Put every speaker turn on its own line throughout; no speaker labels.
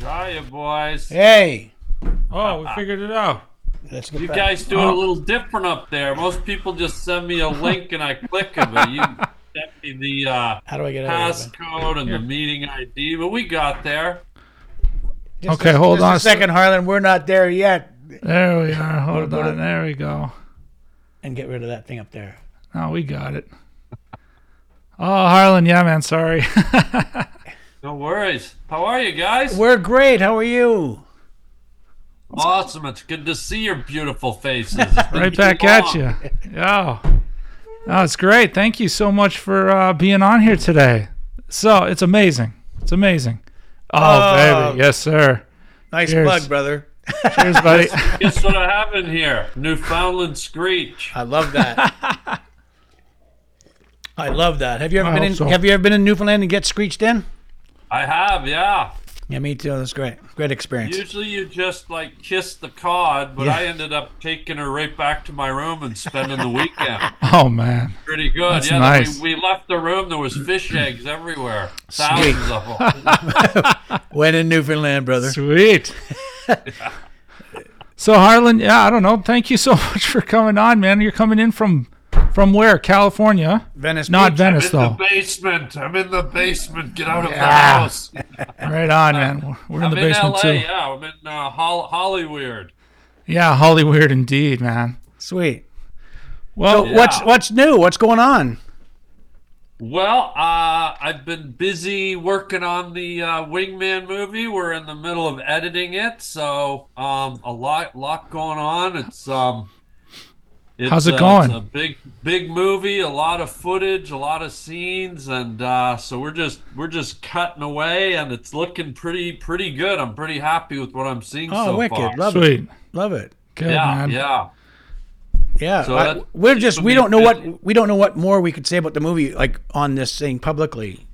Try you boys.
Hey,
Oh, we figured it out.
let's get
You
back.
guys do it a little different up there. Most people just send me a link and I click it, but you sent me the uh,
How do I get out of
passcode and the meeting ID. But we got there.
here?
Okay, hold
just
on a
a second, Harlan. We're not there yet.
There we are. Hold on. There we go.
And get rid of that thing up there.
Oh, we got it. Oh, Harlan, yeah, man, sorry.
No worries. How are you guys?
We're great. How are you?
awesome. It's good to see your beautiful faces. It's been
right
too
back at
long.
you. Yeah. No, it's great. Thank you so much for uh, being on here today. So it's amazing. It's amazing. Oh,
Oh.
baby. Yes, sir.
Nice
Cheers.
plug, brother.
Cheers, buddy.
Guess what I have in here? Newfoundland Screech.
I love that. I love that. Have you ever
I
been
hope
in
so.
Have you ever been in Newfoundland and get screeched in?
I have, yeah.
Yeah, me too. That's great. Great experience.
Usually you just like kiss the cod, but
Yeah.
I ended up taking her right back to my room and spending the weekend.
oh, man.
Pretty good.
That's
yeah,
nice.
we, we left the room. There was fish eggs everywhere. Thousands of them.
When in Newfoundland, brother.
Sweet. so, Harlan, yeah, I don't know. Thank you so much for coming on, man. You're coming in from from where? California?
Venice.
Not
Beach.
Venice,
In the
though.
basement. I'm in the basement. Get out of
Yeah.
the house.
Right on, man. We're, we're in
I'm
the basement,
LA.
too.
Yeah, I'm in uh, Hol- Hollyweird.
Yeah, Hollywood indeed, man.
Sweet.
Well,
Yeah.
What's What's new? What's going on?
Well, uh, I've been busy working on the uh, Wingman movie. We're in the middle of editing it, so um, a lot, lot going on. It's um, it's,
How's it
uh,
going?
It's a big, big movie. A lot of footage, a lot of scenes, and uh, so we're just, we're just cutting away, and it's looking pretty, pretty good. I'm pretty happy with what I'm seeing
Oh,
so
wicked.
far.
Love it.
sweet.
Love it.
Good,
yeah,
man.
yeah.
Yeah,
So
I-
that-
we're just
would
we
be
don't know
busy.
what we don't know what more we could say about the movie like on this thing publicly.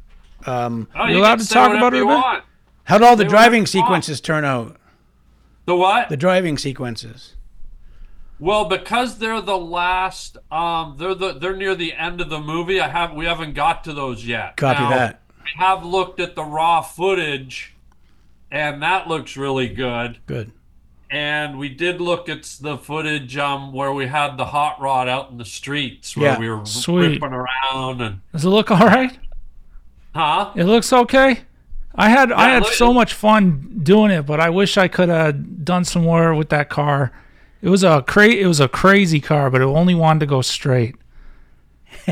Um,
Oh,
You
can
allowed to
say
talk
whatever
about it a
you
bit?
want.
how did all the
They were
driving
never caught.
sequences turn out?
The what?
The driving sequences.
Well, because they're the last, um, they're the they're near the end of the movie. I have we haven't got to those yet.
Copy
Now,
that.
We have looked at the raw footage, and that looks really good.
Good.
And we did look at s- the footage um, where we had the hot rod out in the streets where
Yeah.
we were
Sweet.
ripping around and
Does it look all right?
huh?
It looks okay. I had I
Yeah,
had
look-
so much fun doing it, but I wish I could have done some more with that car. It was a cra- it was a crazy car, but it only wanted to go straight.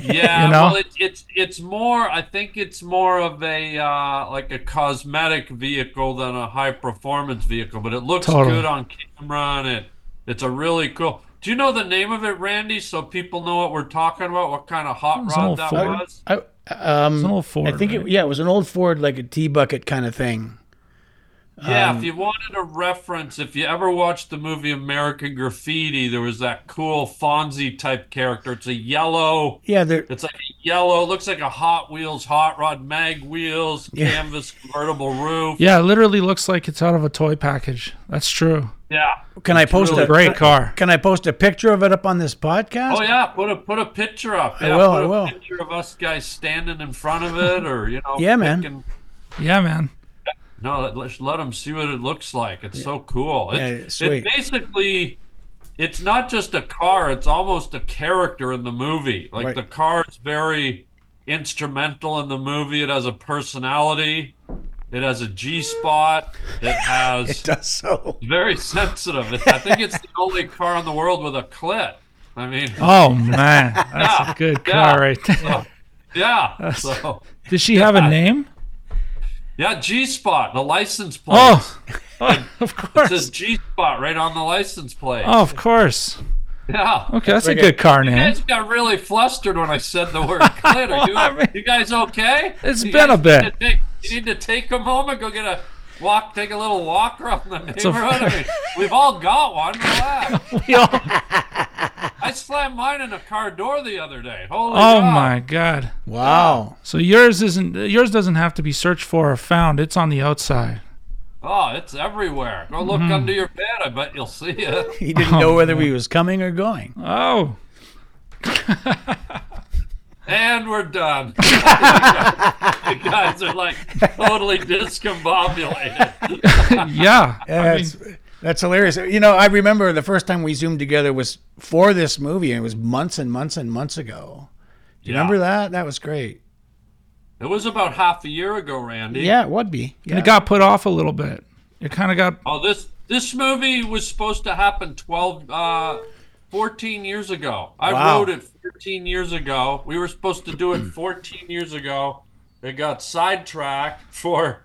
Yeah,
You know?
well, it, it's it's more. I think it's more of a uh, like a cosmetic vehicle than a high performance vehicle, but it looks
Totally.
good on camera, and it it's a really cool. Do you know the name of it, Randy? So people know what we're talking about. What kind of hot
was an
rod
old
that
Ford.
was?
I um,
It's an old Ford.
I think it,
right?
yeah, it was an old Ford like a tea bucket kind of thing.
Yeah,
um,
if you wanted a reference, if you ever watched the movie American Graffiti, there was that cool Fonzie type character. It's a yellow.
Yeah, there.
It's like a yellow. Looks like a Hot Wheels hot rod, mag wheels,
Yeah.
canvas convertible roof.
yeah, it literally looks like it's out of a toy package. That's true.
Yeah. Oh,
Can I post
really
a
Great
can-
car.
Can I post a picture of it up on this podcast?
Oh yeah, put a put a picture up.
I
Yeah,
will,
Put
I
a
will.
Picture of us guys standing in front of it, or you know.
Yeah, man.
picking-
Yeah, man.
no, let, let's let them see what it looks like. It's so cool. It's,
Yeah, it's sweet.
It basically, it's not just a car. It's almost a character in the movie. Like
Right.
the car is very instrumental in the movie. It has a personality. It has a G spot. It has.
It does so.
Very sensitive. It's- I think it's the only car in the world with a clit. I mean,
Oh man, that's a good
yeah. Oh,
car right there.
yeah. So.
Did she have a name?
Yeah, G Spot, the license plate.
Oh, of
It says
course.
G Spot right on the license plate.
Oh, of course.
Yeah.
Okay, that's a
Okay.
good car
You
name.
guys got really flustered when I said the word clit. Are you,
Well, I mean-
you guys okay?
It's
It's
been a bit.
you need to take a moment, go get a walk, take a little walk around the
a-
neighborhood. I mean, we've all got one. Relax.
We all-
I slammed mine in a car door the other day. Holy
oh
God.
my god.
Wow.
So yours isn't yours doesn't have to be searched for or found. It's on the outside.
Oh, it's everywhere. Go look
Mm-hmm.
under your bed. I bet you'll see it.
Oh, He didn't know whether we was coming or going.
Oh.
and we're done. the guys are like totally discombobulated.
yeah. I mean,
That's, that's hilarious. You know, I remember the first time we zoomed together was for this movie, and it was months and months and months ago. Do you
Yeah.
remember that? That was great.
It was about half a year ago, Randy.
Yeah, it would be.
and
Yeah.
it got put off a little bit. It kind of got
Oh, this this movie was supposed to happen 12, uh, 14 years ago. I
Wow.
wrote it 14 years ago. We were supposed to do it 14 years ago. It got sidetracked for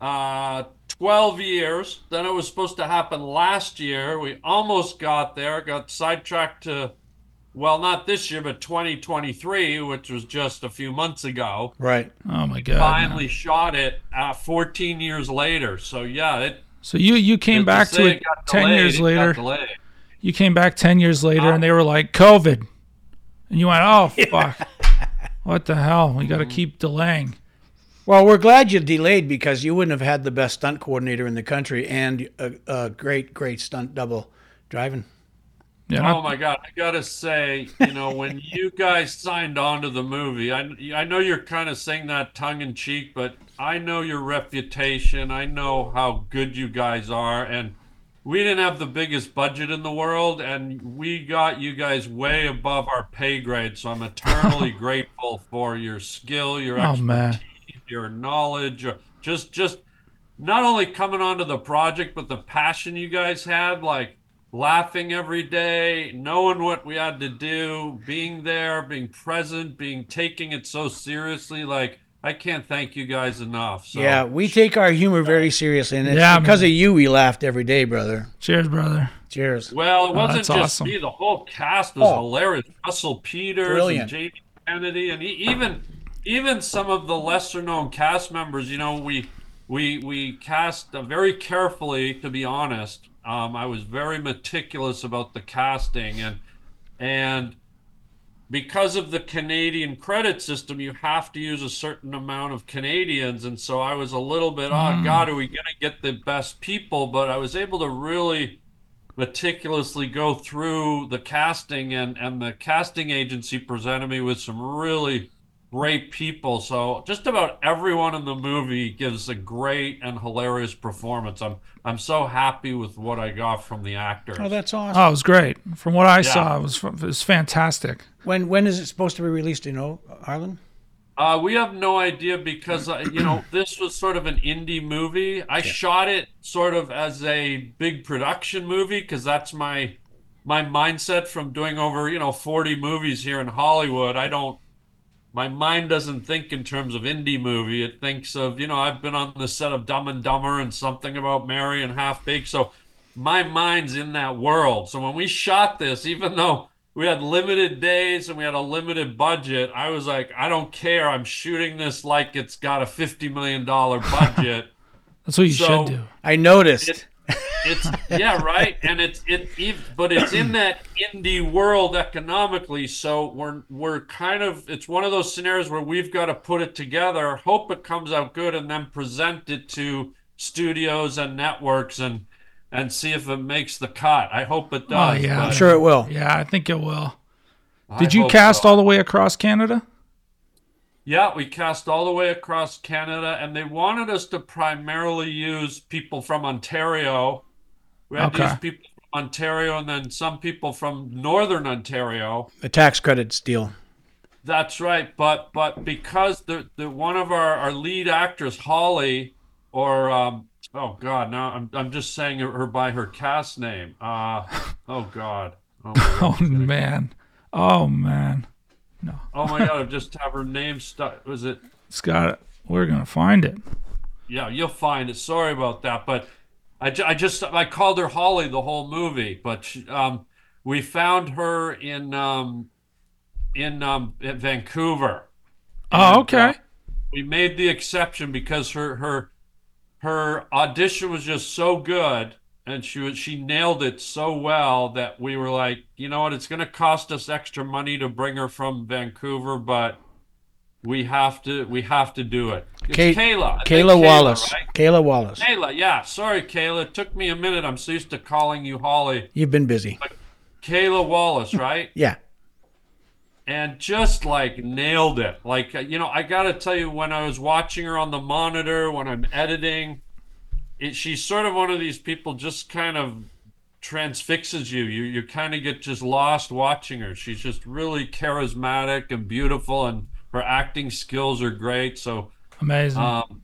uh, 12 years. Then it was supposed to happen last year. We almost got there. Got sidetracked to, well, not this year, but 2023, which was just a few months ago
right.
Oh my god.
finally shot it uh, 14 years later. So yeah, it
So you you came
they
back to
say
it
got
10
delayed,
years
it got
later.
delayed.
You came back 10 years later and they were like COVID. And you went, "Oh fuck. what the hell? We
Mm-hmm.
got to keep delaying."
Well, we're glad you delayed because you wouldn't have had the best stunt coordinator in the country and a, a great, great stunt double driving.
Yeah.
Oh
not-
my god, I gotta say, you know, when you guys signed on to the movie, I I know you're kind of saying that tongue in cheek, but I know your reputation. I know how good you guys are, and we didn't have the biggest budget in the world, and we got you guys way above our pay grade. So I'm eternally grateful for your skill, your
oh
expertise.
man.
your knowledge or just just not only coming onto the project but the passion you guys had like laughing every day knowing what we had to do being there being present being taking it so seriously like i can't thank you guys enough so
Yeah, we take our humor very seriously, and it's
Yeah,
because
man.
of you we laughed every day, brother.
Cheers, brother.
Cheers.
well it wasn't
Oh, that's
just
awesome.
me the whole cast was
Oh.
hilarious russell peters
Brilliant.
and jamie kennedy and e- even even some of the lesser known cast members you know we we we cast uh, very carefully to be honest um, i was very meticulous about the casting and and because of the canadian credit system you have to use a certain amount of canadians and so i was a little bit
Hmm.
oh god are we going to get the best people but i was able to really meticulously go through the casting and and the casting agency presented me with some really great people so just about everyone in the movie gives a great and hilarious performance i'm i'm so happy with what i got from the actors
Oh, that's awesome.
Oh, it was great. From what I saw, it was it was fantastic.
When when is it supposed to be released? Do you know, Harlan?
Uh, we have no idea because uh, you know this was sort of an indie movie. I shot it sort of as a big production movie because that's my my mindset from doing over you know 40 movies here in Hollywood. I don't my mind doesn't think in terms of indie movie. It thinks of you know I've been on the set of Dumb and Dumber and something about Mary and Half Baked. So my mind's in that world. So when we shot this, even though we had limited days and we had a limited budget, I was like, I don't care. I'm shooting this like it's got a $50 million budget.
That's what you
So-
should do.
I noticed.
It- it's yeah right and it's it, it but it's in that indie world economically so we're we're kind of it's one of those scenarios where we've got to put it together hope it comes out good and then present it to studios and networks and and see if it makes the cut i hope it
Oh,
does
yeah.
I'm sure it will.
Yeah, I think it will.
but
Did
I
you
hope
cast
so.
all the way across Canada?
Yeah, we cast all the way across Canada, and they wanted us to primarily use people from Ontario. We had
Okay.
to use people from Ontario and then some people from Northern Ontario.
The tax credits deal.
That's right, but but because the the one of our our lead actress Holly, or um, oh god, now I'm I'm just saying her by her cast name. Uh, oh god. Oh my
Oh man. Oh man.
oh my god! I just have her name stuck. Was it
Scott, we're gonna find it.
Yeah, you'll find it. Sorry about that, but I, ju- I just I called her Holly the whole movie, but she, um, we found her in um, in um, in Vancouver.
Oh,
uh,
okay.
We made the exception because her her her audition was just so good, and she was she nailed it so well that we were like, you know what, it's going to cost us extra money to bring her from Vancouver, but we have to we have to do it. It's
Kay-
Kayla, I think
Kayla Wallace.
right?
Kayla Wallace.
Kayla, yeah. Sorry, Kayla. It took me a minute. I'm so used to calling you Holly.
You've been busy.
Kayla Wallace, right?
Yeah.
and just like nailed it. Like uh, you know, I gotta tell you, when I was watching her on the monitor, when I'm editing, it, she's sort of one of these people just kind of transfixes you. You you kind of get just lost watching her. She's just really charismatic and beautiful, and her acting skills are great. So
Amazing.
um,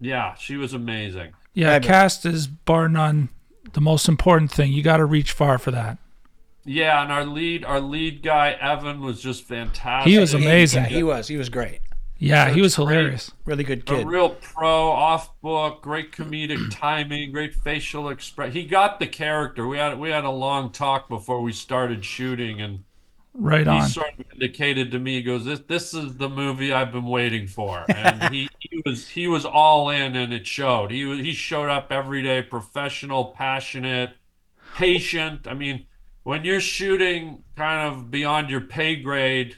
yeah, she was amazing.
yeah, cast is bar none the most important thing. You got to reach far for that.
Yeah, and our lead our lead guy Evan was just fantastic.
He was amazing.
Yeah, he was. He was great.
Yeah, he was
great.
hilarious.
Really good
a
kid.
real pro off book, great comedic timing, great facial express. He got the character. We had we had a long talk before we started shooting, and
Right
he
on.
sort of indicated to me, he goes, "This this is the movie I've been waiting for." And he, he was he was all in, and it showed. He was, he showed up every day, professional, passionate, patient. I mean, when you're shooting kind of beyond your pay grade,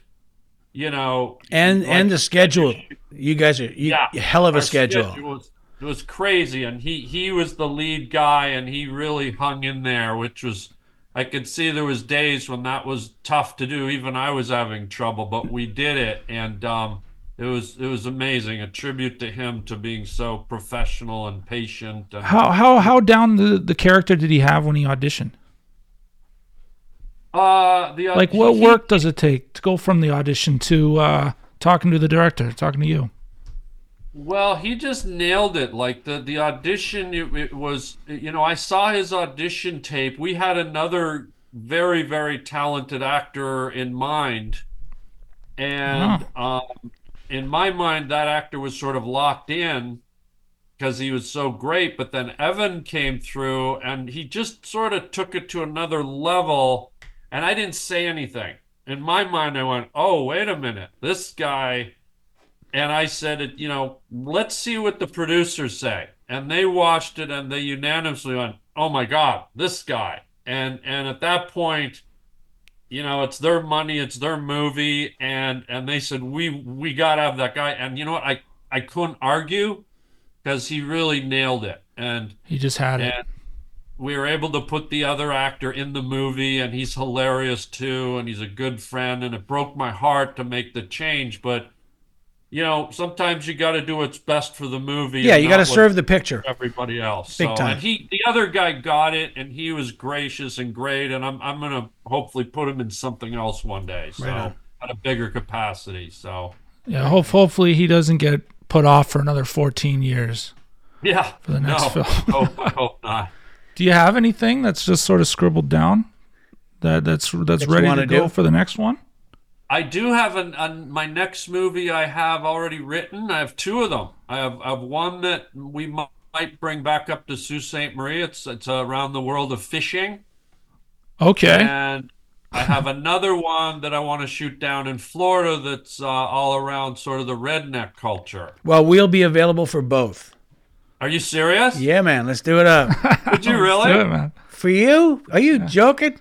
you know,
And and the schedule. You guys are you,
Yeah.
hell of a
our
schedule.
was, it was crazy, and he he was the lead guy, and he really hung in there, which was I could see there was days when that was tough to do. Even I was having trouble, but we did it, and um, it was it was amazing. A tribute to him to being so professional and patient. And,
How how how down the, the character did he have when he auditioned?
uh, the
Like what
he-
work does it take to go from the audition to uh, talking to the director, talking to you?
Well, he just nailed it. Like the the audition, it, it was you know I saw his audition tape. We had another very very talented actor in mind, and um, in my mind that actor was sort of locked in because he was so great. But then Evan came through, and he just sort of took it to another level. And I didn't say anything. In my mind, I went, "Oh, wait a minute, this guy." and I said, it, you know, let's see what the producers say. And they watched it and they unanimously went, oh my God, this guy. And and at that point, you know, it's their money, it's their movie, and and they said we we gotta have that guy. And you know what? I I couldn't argue because he really nailed it. And
He just had it.
and we were able to put the other actor in the movie, and he's hilarious too, and he's a good friend. And it broke my heart to make the change, but you know, sometimes you got to do what's best for the movie.
yeah,
and
you
not
got to
what
serve the picture.
everybody else.
Big
so,
time.
and he, the other guy, got it, and he was gracious and great. And I'm, I'm gonna hopefully put him in something else one day. So,
on.
at a bigger capacity. So,
Yeah, hope, hopefully he doesn't get put off for another 14 years.
yeah, for
the next
no,
film.
hope, I hope not.
Do you have anything that's just sort of scribbled down that that's that's
you
ready to
wanna
go
do?
for the next one?
I do have an, an my next movie I have already written. I have two of them. I have I have one that we mi- might bring back up to Sault Ste. Marie. It's it's around the world of fishing,
Okay.
and I have another one that I want to shoot down in Florida. That's uh, all around sort of the redneck culture.
Well, we'll be available for both.
Are you serious?
Yeah, man, let's do it up.
Did you
Let's do it,
really?
man.
For you? Are you joking?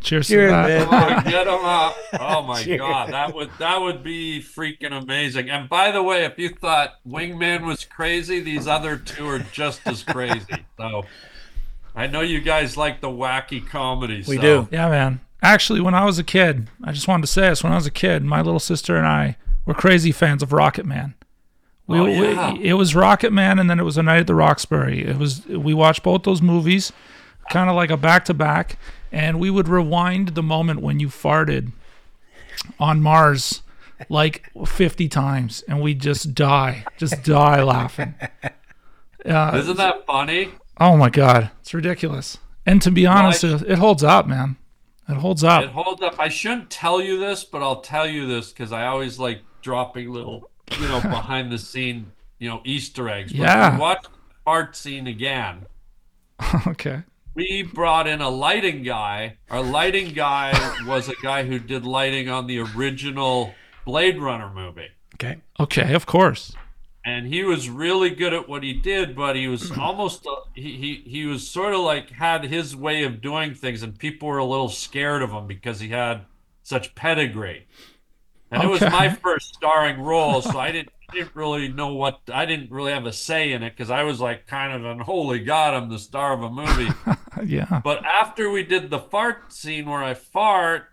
Cheers
You're
to that.
the-
Oh, get 'em up. Oh my god, that would that would be freaking amazing. And by the way, if you thought Wingman was crazy, these other two are just as crazy. So I know you guys like the wacky comedy.
We
so.
do.
Yeah, man. Actually, when I was a kid, I just wanted to say this. When I was a kid, my little sister and I were crazy fans of Rocket Man. We,
Oh,
we-
yeah.
it was Rocket Man, and then it was A Night at the Roxbury. It was we watched both those movies, kind of like a back to back, and we would rewind the moment when you farted on Mars like 50 times, and we just die, just die laughing.
Isn't that funny?
Oh my god, it's ridiculous. And to be honest, it, it holds up, man. It holds up.
It holds up. I shouldn't tell you this, but I'll tell you this because I always like dropping little, you know, behind the scene, you know, Easter eggs. But if you
Yeah.
Watch the fart scene again.
okay.
we brought in a lighting guy. Our lighting guy was a guy who did lighting on the original Blade Runner movie.
Okay.
Okay, of course.
And he was really good at what he did, but he was almost a, he, he he was sort of like had his way of doing things, and people were a little scared of him because he had such pedigree. And it was
Okay.
my first starring role, so I didn't I didn't really know what I didn't really have a say in it because I was like kind of an holy god, I'm the star of a movie.
Yeah.
But after we did the fart scene where I fart,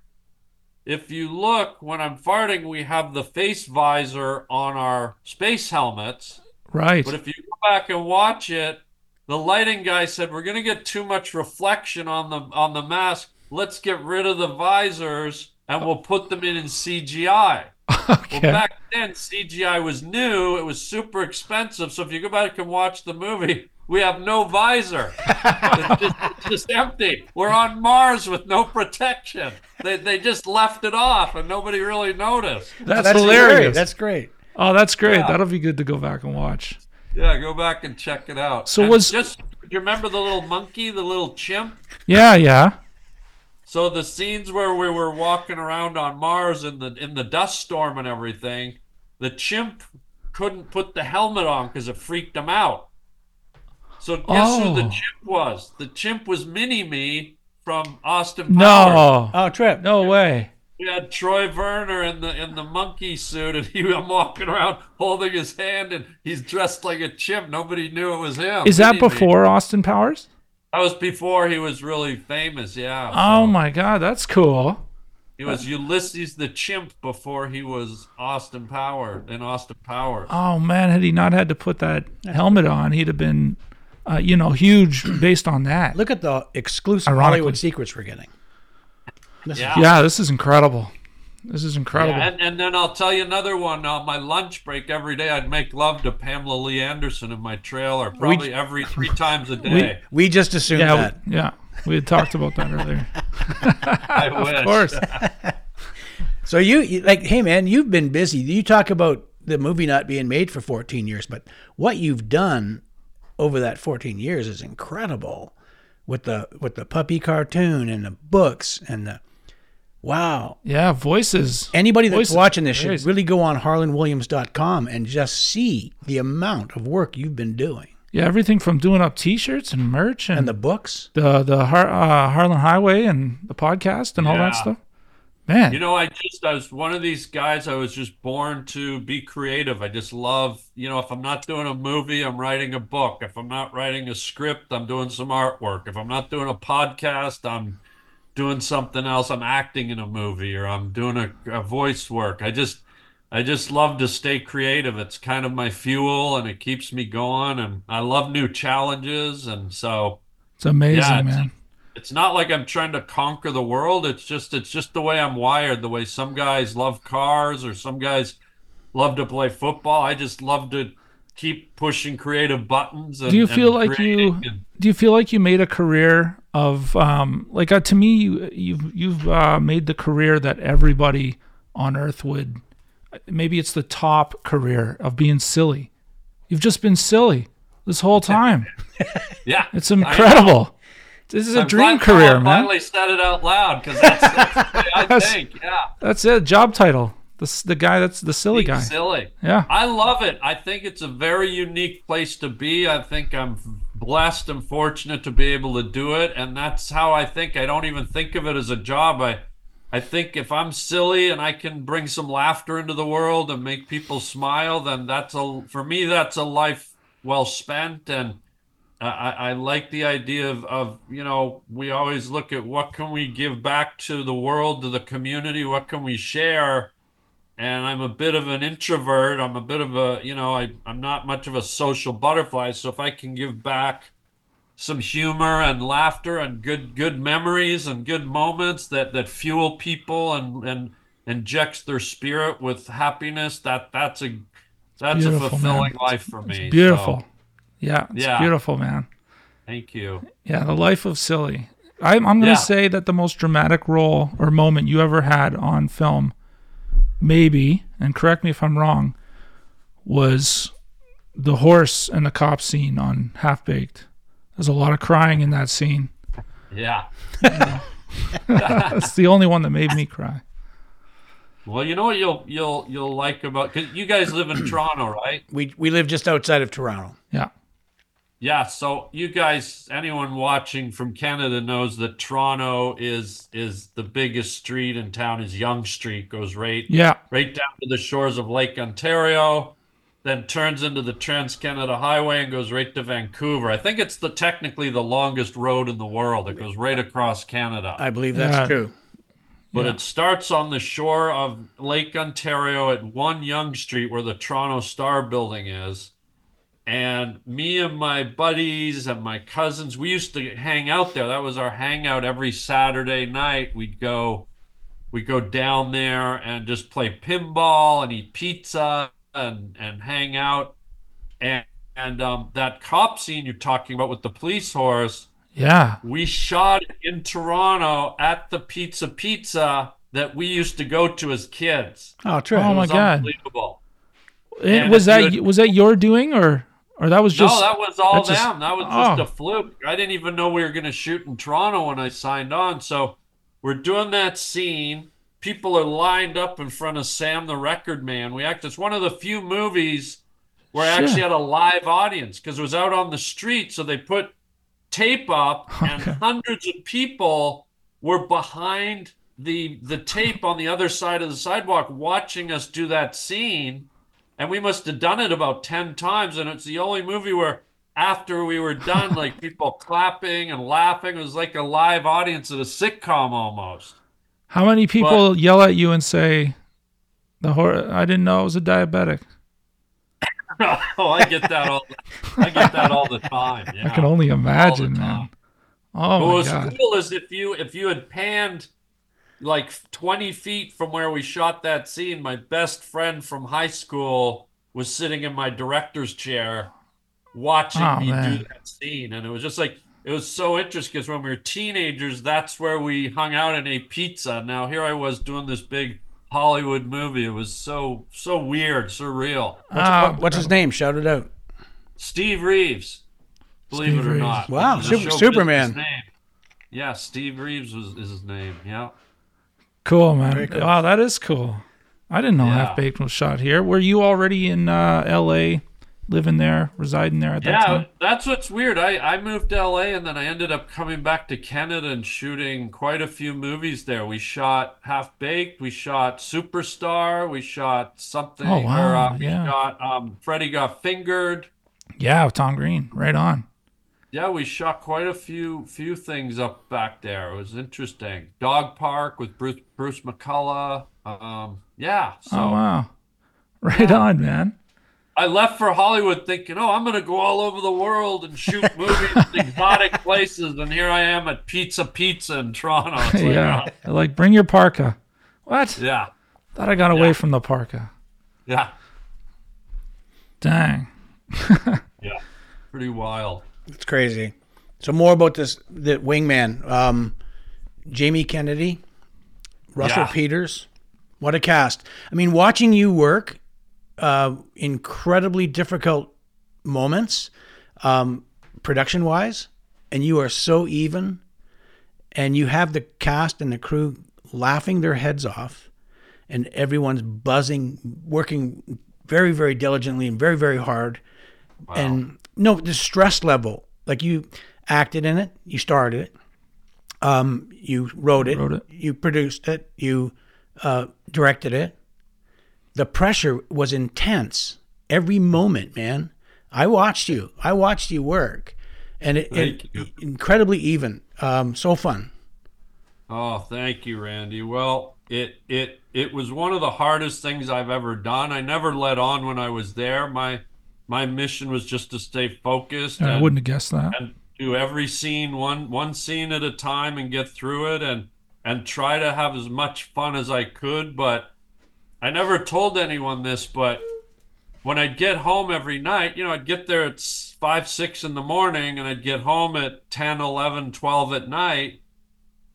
If you look, when I'm farting, we have the face visor on our space helmets.
Right.
But if you go back and watch it, the lighting guy said we're going to get too much reflection on the on the mask. Let's get rid of the visors and we'll put them in in CGI.
okay.
Well, back then CGI was new; it was super expensive. So if you go back and watch the movie, we have no visor; it's, just, it's just empty. We're on Mars with no protection. They they just left it off, and nobody really noticed.
that's,
hilarious.
hilarious.
That's great.
oh, that's great.
Yeah.
That'll be good to go back and watch.
Yeah, go back and check it out.
So
And
was-
just do you remember the little monkey, the little chimp?
Yeah, yeah.
So the scenes where we were walking around on Mars in the in the dust storm and everything, the chimp couldn't put the helmet on because it freaked him out. So guess who the
Oh.
chimp was? The chimp was Mini Me from Austin Powers.
No.
Oh, Trip.
No way.
We had Troy Verner in the in the monkey suit, and he was walking around holding his hand, and he's dressed like a chimp. Nobody knew it was him.
Is that
Mini-Me.
before Austin Powers?
That was before he was really famous. Yeah.
Oh
So
my god, that's cool.
It
Uh,
was Ulysses the Chimp before he was Austin Power in Austin Power.
Oh man, had he not had to put that helmet on, he'd have been uh, you know, huge based on that.
Look at the exclusive
Ironically.
Hollywood secrets we're getting. This
Yeah.
Yeah, this is incredible. This is incredible.
and, and then I'll tell you another one. On my lunch break every day, I'd make love to Pamela Lee Anderson in my trailer, probably every three times a day.
Is, we just assumed
yeah,
that.
we- yeah. We had talked about that earlier.
I wish.
Of course.
So you, you like, hey man, you've been busy. You talk about the movie not being made for 14 years, but what you've done over that 14 years is incredible. With the with the puppy cartoon and the books and the wow.
Yeah, voices.
Anybody that's
Voices.
watching this should
Voices.
really go on harlanwilliams.com and just see the amount of work you've been doing.
Yeah, everything from doing up T-shirts and merch and,
And the books.
the the Har- uh, Harlan Highway and the podcast and all that
Yeah.
stuff. Man,
You know, I just, I was one of these guys, I was just born to be creative. I just love, you know, if I'm not doing a movie, I'm writing a book. If I'm not writing a script, I'm doing some artwork. If I'm not doing a podcast, I'm doing something else. I'm acting in a movie or I'm doing a, a voice work. I just, I just love to stay creative. It's kind of my fuel and it keeps me going. And I love new challenges. And so,
it's amazing,
Yeah, it's-
man.
it's not like I'm trying to conquer the world. It's just it's just the way I'm wired. The way some guys love cars or some guys love to play football. I just love to keep pushing creative buttons. And,
Do you
and
feel like you
creating and-
do you feel like you made a career of um like uh, to me you you've you've uh, made the career that everybody on earth would maybe it's the top career of being silly. You've just been silly this whole time.
yeah,
It's incredible. This is a
I'm
dream
glad someone
career, man.
Finally said it out loud because that's, that's the way I think. Yeah,
That's it. Job title. This the guy that's the silly
being
guy.
silly.
Yeah.
I love it. I think it's a very unique place to be. I think I'm blessed and fortunate to be able to do it, and that's how I think. I don't even think of it as a job. I I think if I'm silly and I can bring some laughter into the world and make people smile, then that's a for me that's a life well spent and I, I I like the idea of, of you know we always look at what can we give back to the world to the community what can we share and I'm a bit of an introvert. I'm a bit of a, you know, I, I'm not much of a social butterfly. So if I can give back some humor and laughter and good good memories and good moments that that fuel people and and injects their spirit with happiness, that that's a that's
Beautiful,
a fulfilling
man.
life for me. So,
Beautiful. yeah, it's
Yeah.
beautiful, man.
thank you.
Yeah, the life of silly. I'm, I'm going
Yeah.
to say that the most dramatic role or moment you ever had on film, maybe, and correct me if I'm wrong, was the horse and the cop scene on Half Baked. There's a lot of crying in that scene.
Yeah.
That's the only one that made me cry.
Well, you know what you'll you'll you'll like about because you guys live in Toronto, right?
We we live just outside of Toronto.
Yeah.
Yeah, so you guys, anyone watching from Canada knows that Toronto is is the biggest street in town is Young Street, goes right
Yeah.
right down to the shores of Lake Ontario, then turns into the Trans Canada Highway and goes right to Vancouver. I think it's the technically the longest road in the world. It goes right across Canada.
I believe that's
Yeah.
true.
but it starts on the shore of Lake Ontario at 1 Young Street, where the Toronto Star building is. And me and my buddies and my cousins, we used to hang out there. That was our hangout every Saturday night. We'd go, we'd go down there and just play pinball and eat pizza and and hang out. And and um, that cop scene you're talking about with the police horse,
Yeah.
we shot in Toronto at the Pizza Pizza that we used to go to as kids.
Oh, true.
Oh,
It
my
was
God.
unbelievable.
It,
And
was
if
that
you-
was that your doing or or that was just
no, that was all
that's just-
them. that was just
oh.
a fluke. I didn't even know we were going to shoot in Toronto when I signed on. So we're doing that scene. People are lined up in front of Sam the Record Man. We act. It's one of the few movies where I
Sure.
actually had a live audience because it was out on the street. So they put tape up, and
Okay.
hundreds of people were behind the the tape on the other side of the sidewalk watching us do that scene and we must have done it about 10 times and it's the only movie where after we were done like people clapping and laughing it was like a live audience at a sitcom almost
how many people yell at you and say the hor- I didn't know I was a diabetic.
oh i get that all i get that all the time yeah
I can only imagine,
time.
man.
what
Oh my
was
god.
cool is if you if you had panned like 20 feet from where we shot that scene my best friend from high school was sitting in my director's chair watching
Oh,
me do
man.
that scene and it was just like it was so interesting because when we were teenagers that's where we hung out and ate pizza now here i was doing this big hollywood movie it was so so weird surreal
What's,
Ah,
what- what's his name? Shout it out.
steve reeves believe
Steve
it or
Reeves.
not
Wow,
This is a
Sup-
show business
Superman.
name. yeah steve reeves was is his name yeah
Cool, man.
cool.
Wow, that is cool. I didn't know
Yeah.
Half Baked was shot here. Were you already in uh, L.A., living there, residing there at that
yeah,
time?
that's what's weird. I, I moved to LA and then I ended up coming back to Canada and shooting quite a few movies there. We shot Half Baked, we shot Superstar, we shot something.
Oh, wow,
or, uh, we
yeah.
shot um, Freddy Got Fingered.
Yeah, Tom Green, right on.
Yeah, we shot quite a few few things up back there. It was interesting. Dog Park with Bruce Bruce McCullough. Um, yeah, so
oh wow, right on, man.
I left for Hollywood thinking, oh, I'm going to go all over the world and shoot movies in exotic places. And here I am at Pizza Pizza in Toronto. It's like,
yeah,
oh,
like bring your parka. What?
yeah.
Thought I got away from the parka.
Yeah.
Dang.
Yeah. Pretty wild.
It's crazy. So more about this the wingman, um, Jamie Kennedy, Russell
Yeah.
Peters. What a cast! I mean, watching you work, uh, incredibly difficult moments, um, production wise, and you are so even, and you have the cast and the crew laughing their heads off, and everyone's buzzing, working very, very diligently and very, very hard and no the stress level like you acted in it you started it um you wrote it,
Wrote it.
you produced it you uh directed it the pressure was intense every moment man i watched you i watched you work and it, it
Thank you.
incredibly even um so fun
Oh, thank you, Randy. Well, it it it was one of the hardest things I've ever done. I never let on when I was there. My my mission was just to stay focused.
I
and-
wouldn't have guessed that.
and do every scene one one scene at a time and get through it and and try to have as much fun as I could but I never told anyone this but when I'd get home every night you know I'd get there at s- 5 6 in the morning and I'd get home at 10 11 12 at night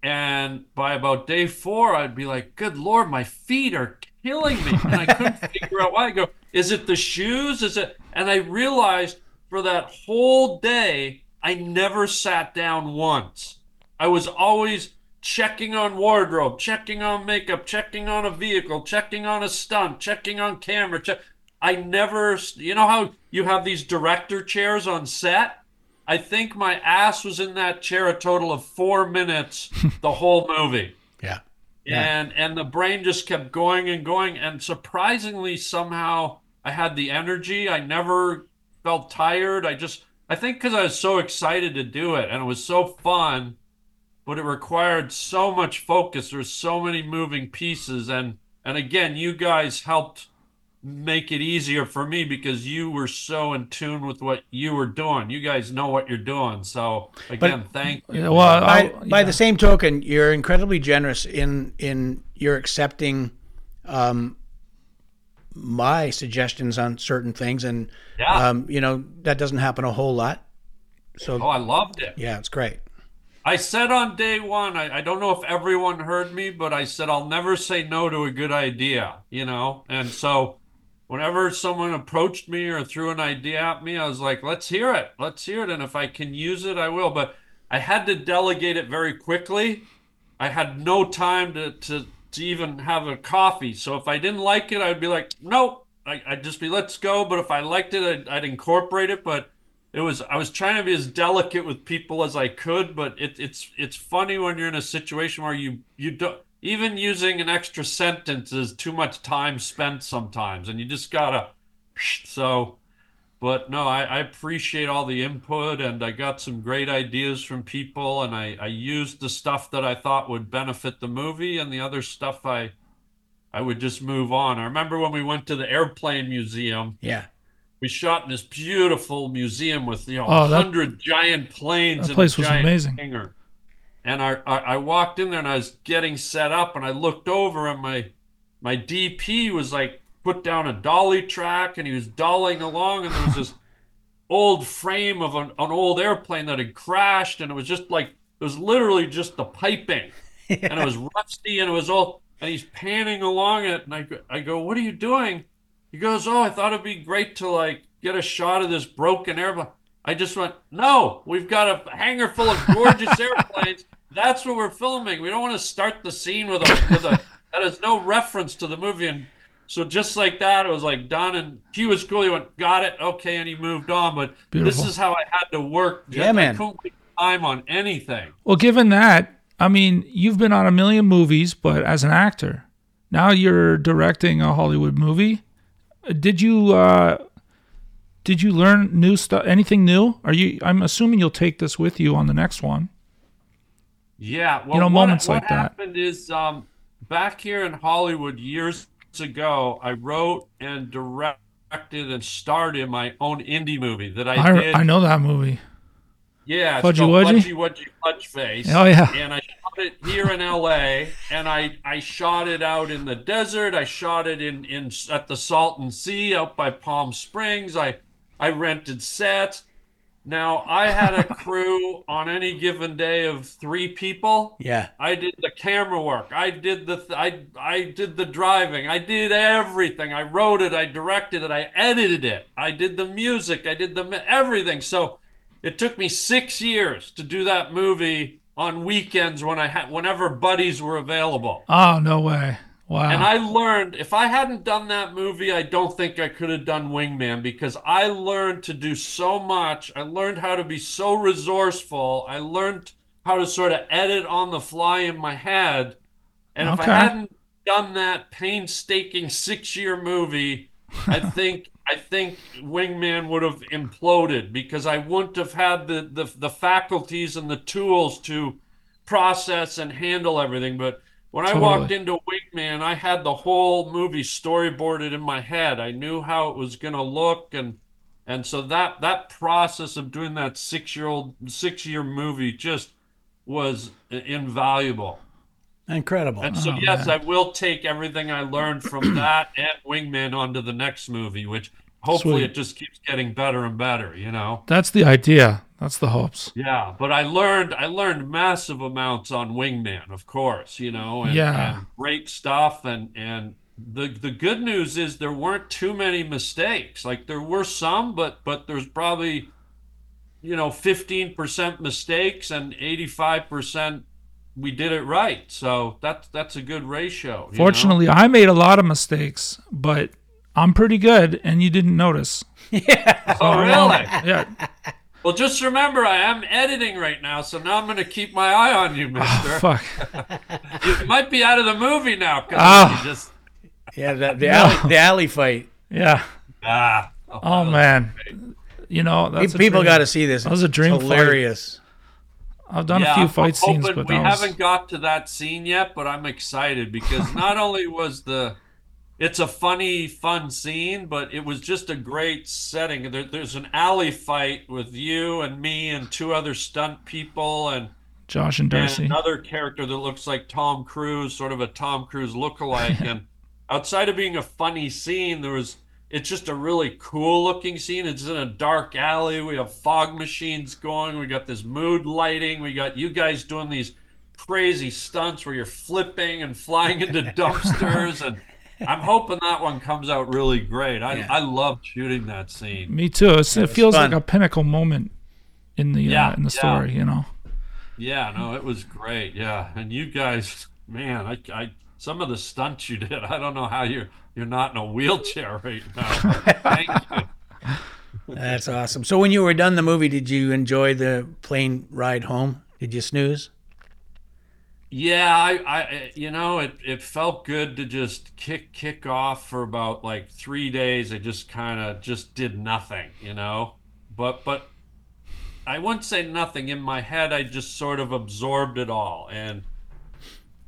and by about day 4 I'd be like good lord my feet are killing me and I couldn't figure out why I go is it the shoes is it and I realized for that whole day, I never sat down once. I was always checking on wardrobe, checking on makeup, checking on a vehicle, checking on a stunt, checking on camera. Check- I never, you know how you have these director chairs on set? I think my ass was in that chair a total of four minutes the whole movie
yeah
and and the brain just kept going and going and surprisingly somehow i had the energy i never felt tired i just i think because i was so excited to do it and it was so fun but it required so much focus. There's so many moving pieces, and and again, you guys helped make it easier for me because you were so in tune with what you were doing. You guys know what you're doing, so again, thank you.
Yeah, well, I,
by, by the same token, you're incredibly generous in in your accepting um, my suggestions on certain things, and
Yeah.
Ah.
um, you know that doesn't happen a whole lot.
Oh, I loved it.
Yeah, it's great.
I said on day one, I, I don't know if everyone heard me, but I said I'll never say no to a good idea, you know? And so whenever someone approached me or threw an idea at me, I was like, let's hear it. Let's hear it. And if I can use it, I will. But I had to delegate it very quickly. I had no time to, to, to even have a coffee. So if I didn't like it, I'd be like, nope. I, I'd just be, let's go. But if I liked it, I'd, I'd incorporate it. But it was I was trying to be as delicate with people as I could, but it, it's it's funny when you're in a situation where you you don't even using an extra sentence is too much time spent sometimes, and you just gotta so. But no, I, I appreciate all the input, and I got some great ideas from people, and I, I used the stuff that I thought would benefit the movie, and the other stuff I I would just move on. I remember when we went to the airplane museum
Yeah,
we shot in this beautiful museum with you know
Oh, that-
hundred giant planes.
that
and
place
a
was
giant
amazing.
hangar. And I, I I walked in there and I was getting set up and I looked over and my my DP was like put down a dolly track and he was dollying along and there was this old frame of an, an old airplane that had crashed and it was just like it was literally just the piping and it was rusty and it was all and he's panning along it and I go, I go what are you doing he goes oh I thought it'd be great to like get a shot of this broken airplane I just went no we've got a hangar full of gorgeous airplanes that's what we're filming we don't want to start the scene with a with a that has no reference to the movie and so just like that, it was like done, and he was cool. He went, got it, okay, and he moved on. But
Beautiful.
this is how I had to work.
Yeah,
I
man.
couldn't waste time on anything.
Well, given that, I mean, you've been on a million movies, but as an actor, now you're directing a Hollywood movie. Uh, Did you uh, did you learn new stuff? Anything new? Are you? I'm assuming you'll take this with you on the next one.
Yeah, well,
know,
what,
moments
what
like that.
happened is um, back here in Hollywood years ago, I wrote and directed and starred in my own indie movie that I,
I,
did.
I know that movie.
Yeah, it's
Fudgy
called
Wudgy?
Fudgy Wudgy Fudge Face.
Oh, yeah.
And I shot it here in L.A. and I I shot it out in the desert. I shot it in in at the Salton Sea out by Palm Springs. I I rented sets. Now I had a crew on any given day of three people.
yeah.
I did the camera work. I did the th- I I did the driving. I did everything. I wrote it. I directed it. I edited it. I did the music. I did the mi- everything. So it took me six years to do that movie on weekends when I had whenever buddies were available.
Oh no way! Wow.
And I learned if I hadn't done that movie, I don't think I could have done Wingman because I learned to do so much. I learned how to be so resourceful. I learned how to sort of edit on the fly in my head. And if
Okay.
I hadn't done that painstaking six-year movie, I think I think Wingman would have imploded because I wouldn't have had the the, the faculties and the tools to process and handle everything. But when I
Totally.
walked into Wingman, I had the whole movie storyboarded in my head. I knew how it was going to look, and and so that that process of doing that six year old six year movie just was i- invaluable.
Incredible.
And so
Oh,
yes, I will take everything I learned from that and Wingman onto the next movie, which hopefully
Sweet.
it just keeps getting better and better. You know.
That's the idea. That's the hopes.
Yeah, but I learned I learned massive amounts on Wingman, of course, you know, and,
Yeah.
and great stuff and and the the good news is there weren't too many mistakes. Like there were some, but but there's probably you know 15% mistakes and 85% we did it right. So that's that's a good ratio, you know?
Fortunately, I made a lot of mistakes, but I'm pretty good, and you didn't notice.
Oh, really?
Yeah.
Well, just remember I am editing right now, so now I'm going to keep my eye on you, mister.
Ah, Fuck.
You might be out of the movie now because
Ah.
you just
yeah, that, the, alley, the alley fight.
Yeah.
Ah.
Oh man, you know that's a
People
dream.
got to see this.
That was a dream
It's hilarious.
I've done a few
I'm-
fight
I'm
scenes,
hoping-
but
we
that was-
haven't got to that scene yet. But I'm excited because not only was the it's a funny, fun scene, but it was just a great setting. There, there's an alley fight with you and me and two other stunt people and,
Josh and
and
Darcy.
another character that looks like Tom Cruise, sort of a Tom Cruise lookalike. and outside of being a funny scene, there was it's just a really cool looking scene. It's in a dark alley. We have fog machines going. We got this mood lighting. We got you guys doing these crazy stunts where you're flipping and flying into dumpsters. And I'm hoping that one comes out really great. I,
Yeah.
I love shooting that scene.
Me too. It's, it feels
fun.
like a pinnacle moment in the
Yeah,
uh, in the
yeah.
story. You know.
Yeah, no, it was great. Yeah, and you guys, man, I, I some of the stunts you did. I don't know how you're you're not in a wheelchair right now. Thank you.
That's awesome. So when you were done the movie, did you enjoy the plane ride home? Did you snooze?
Yeah, I, I, you know, it, it felt good to just kick kick off for about like three days. I just kind of just did nothing, you know. But but I wouldn't say nothing in my head. I just sort of absorbed it all, and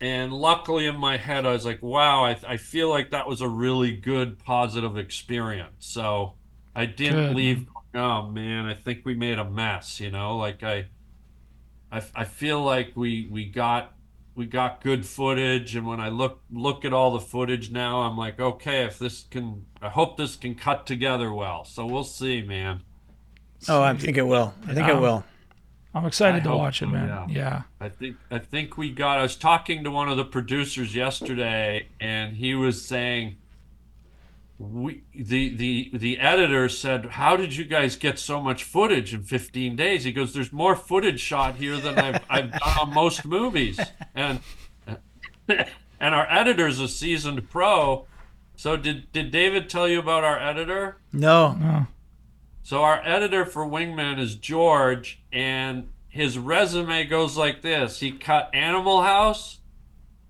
and luckily in my head I was like, wow, I I feel like that was a really good positive experience. So I didn't
Good.
leave. Oh man, I think we made a mess, you know. Like I. I, f- I feel like we we got we got good footage and when I look look at all the footage now I'm like okay if this can I hope this can cut together well so we'll see man
Oh, I think it will. I think it
Um,
will.
I'm excited
I
to
hope
watch it,
so,
man.
yeah.
yeah.
I think I think we got. I was talking to one of the producers yesterday, and he was saying, "We the the the editor said, how did you guys get so much footage in 15 days?" He goes, "There's more footage shot here than I've I've done on most movies," and and our editor's a seasoned pro. So did did David tell you about our editor?
No.
Oh,
So our editor for Wingman is George, and his resume goes like this: He cut Animal House,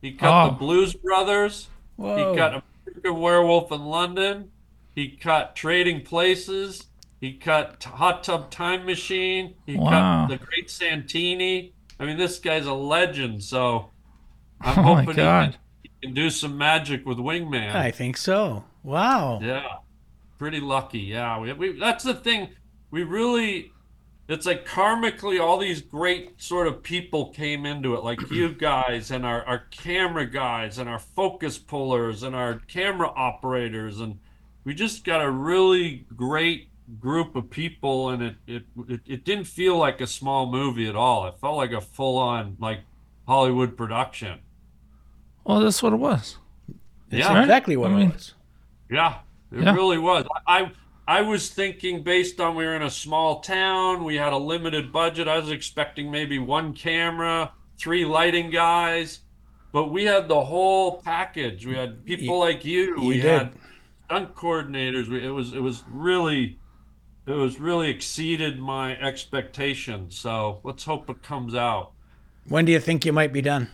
he cut
Oh.
The Blues Brothers,
Whoa.
he cut American Werewolf in London, he cut Trading Places, he cut T- Hot Tub Time Machine, he
Wow.
cut The Great Santini. I mean, this guy's a legend. So I'm
Oh my
hoping he
God.
can, he can do some magic with Wingman.
I think so. Wow.
Yeah, pretty lucky. Yeah, we, we that's the thing. We really, it's like karmically, all these great sort of people came into it, like you guys and our our camera guys and our focus pullers and our camera operators, and we just got a really great group of people, and it it it, it didn't feel like a small movie at all. It felt like a full on like Hollywood production.
well, that's what it was.
That's
yeah.
exactly what
I mean-
it was.
Yeah, it
Yeah.
really was. I I was thinking based on we were in a small town, we had a limited budget. I was expecting maybe one camera, three lighting guys, but we had the whole package. We had people
You-
like you. we
did.
had stunt coordinators. We, it was it was really it was really exceeded my expectations. So let's hope it comes out.
When do you think you might be done?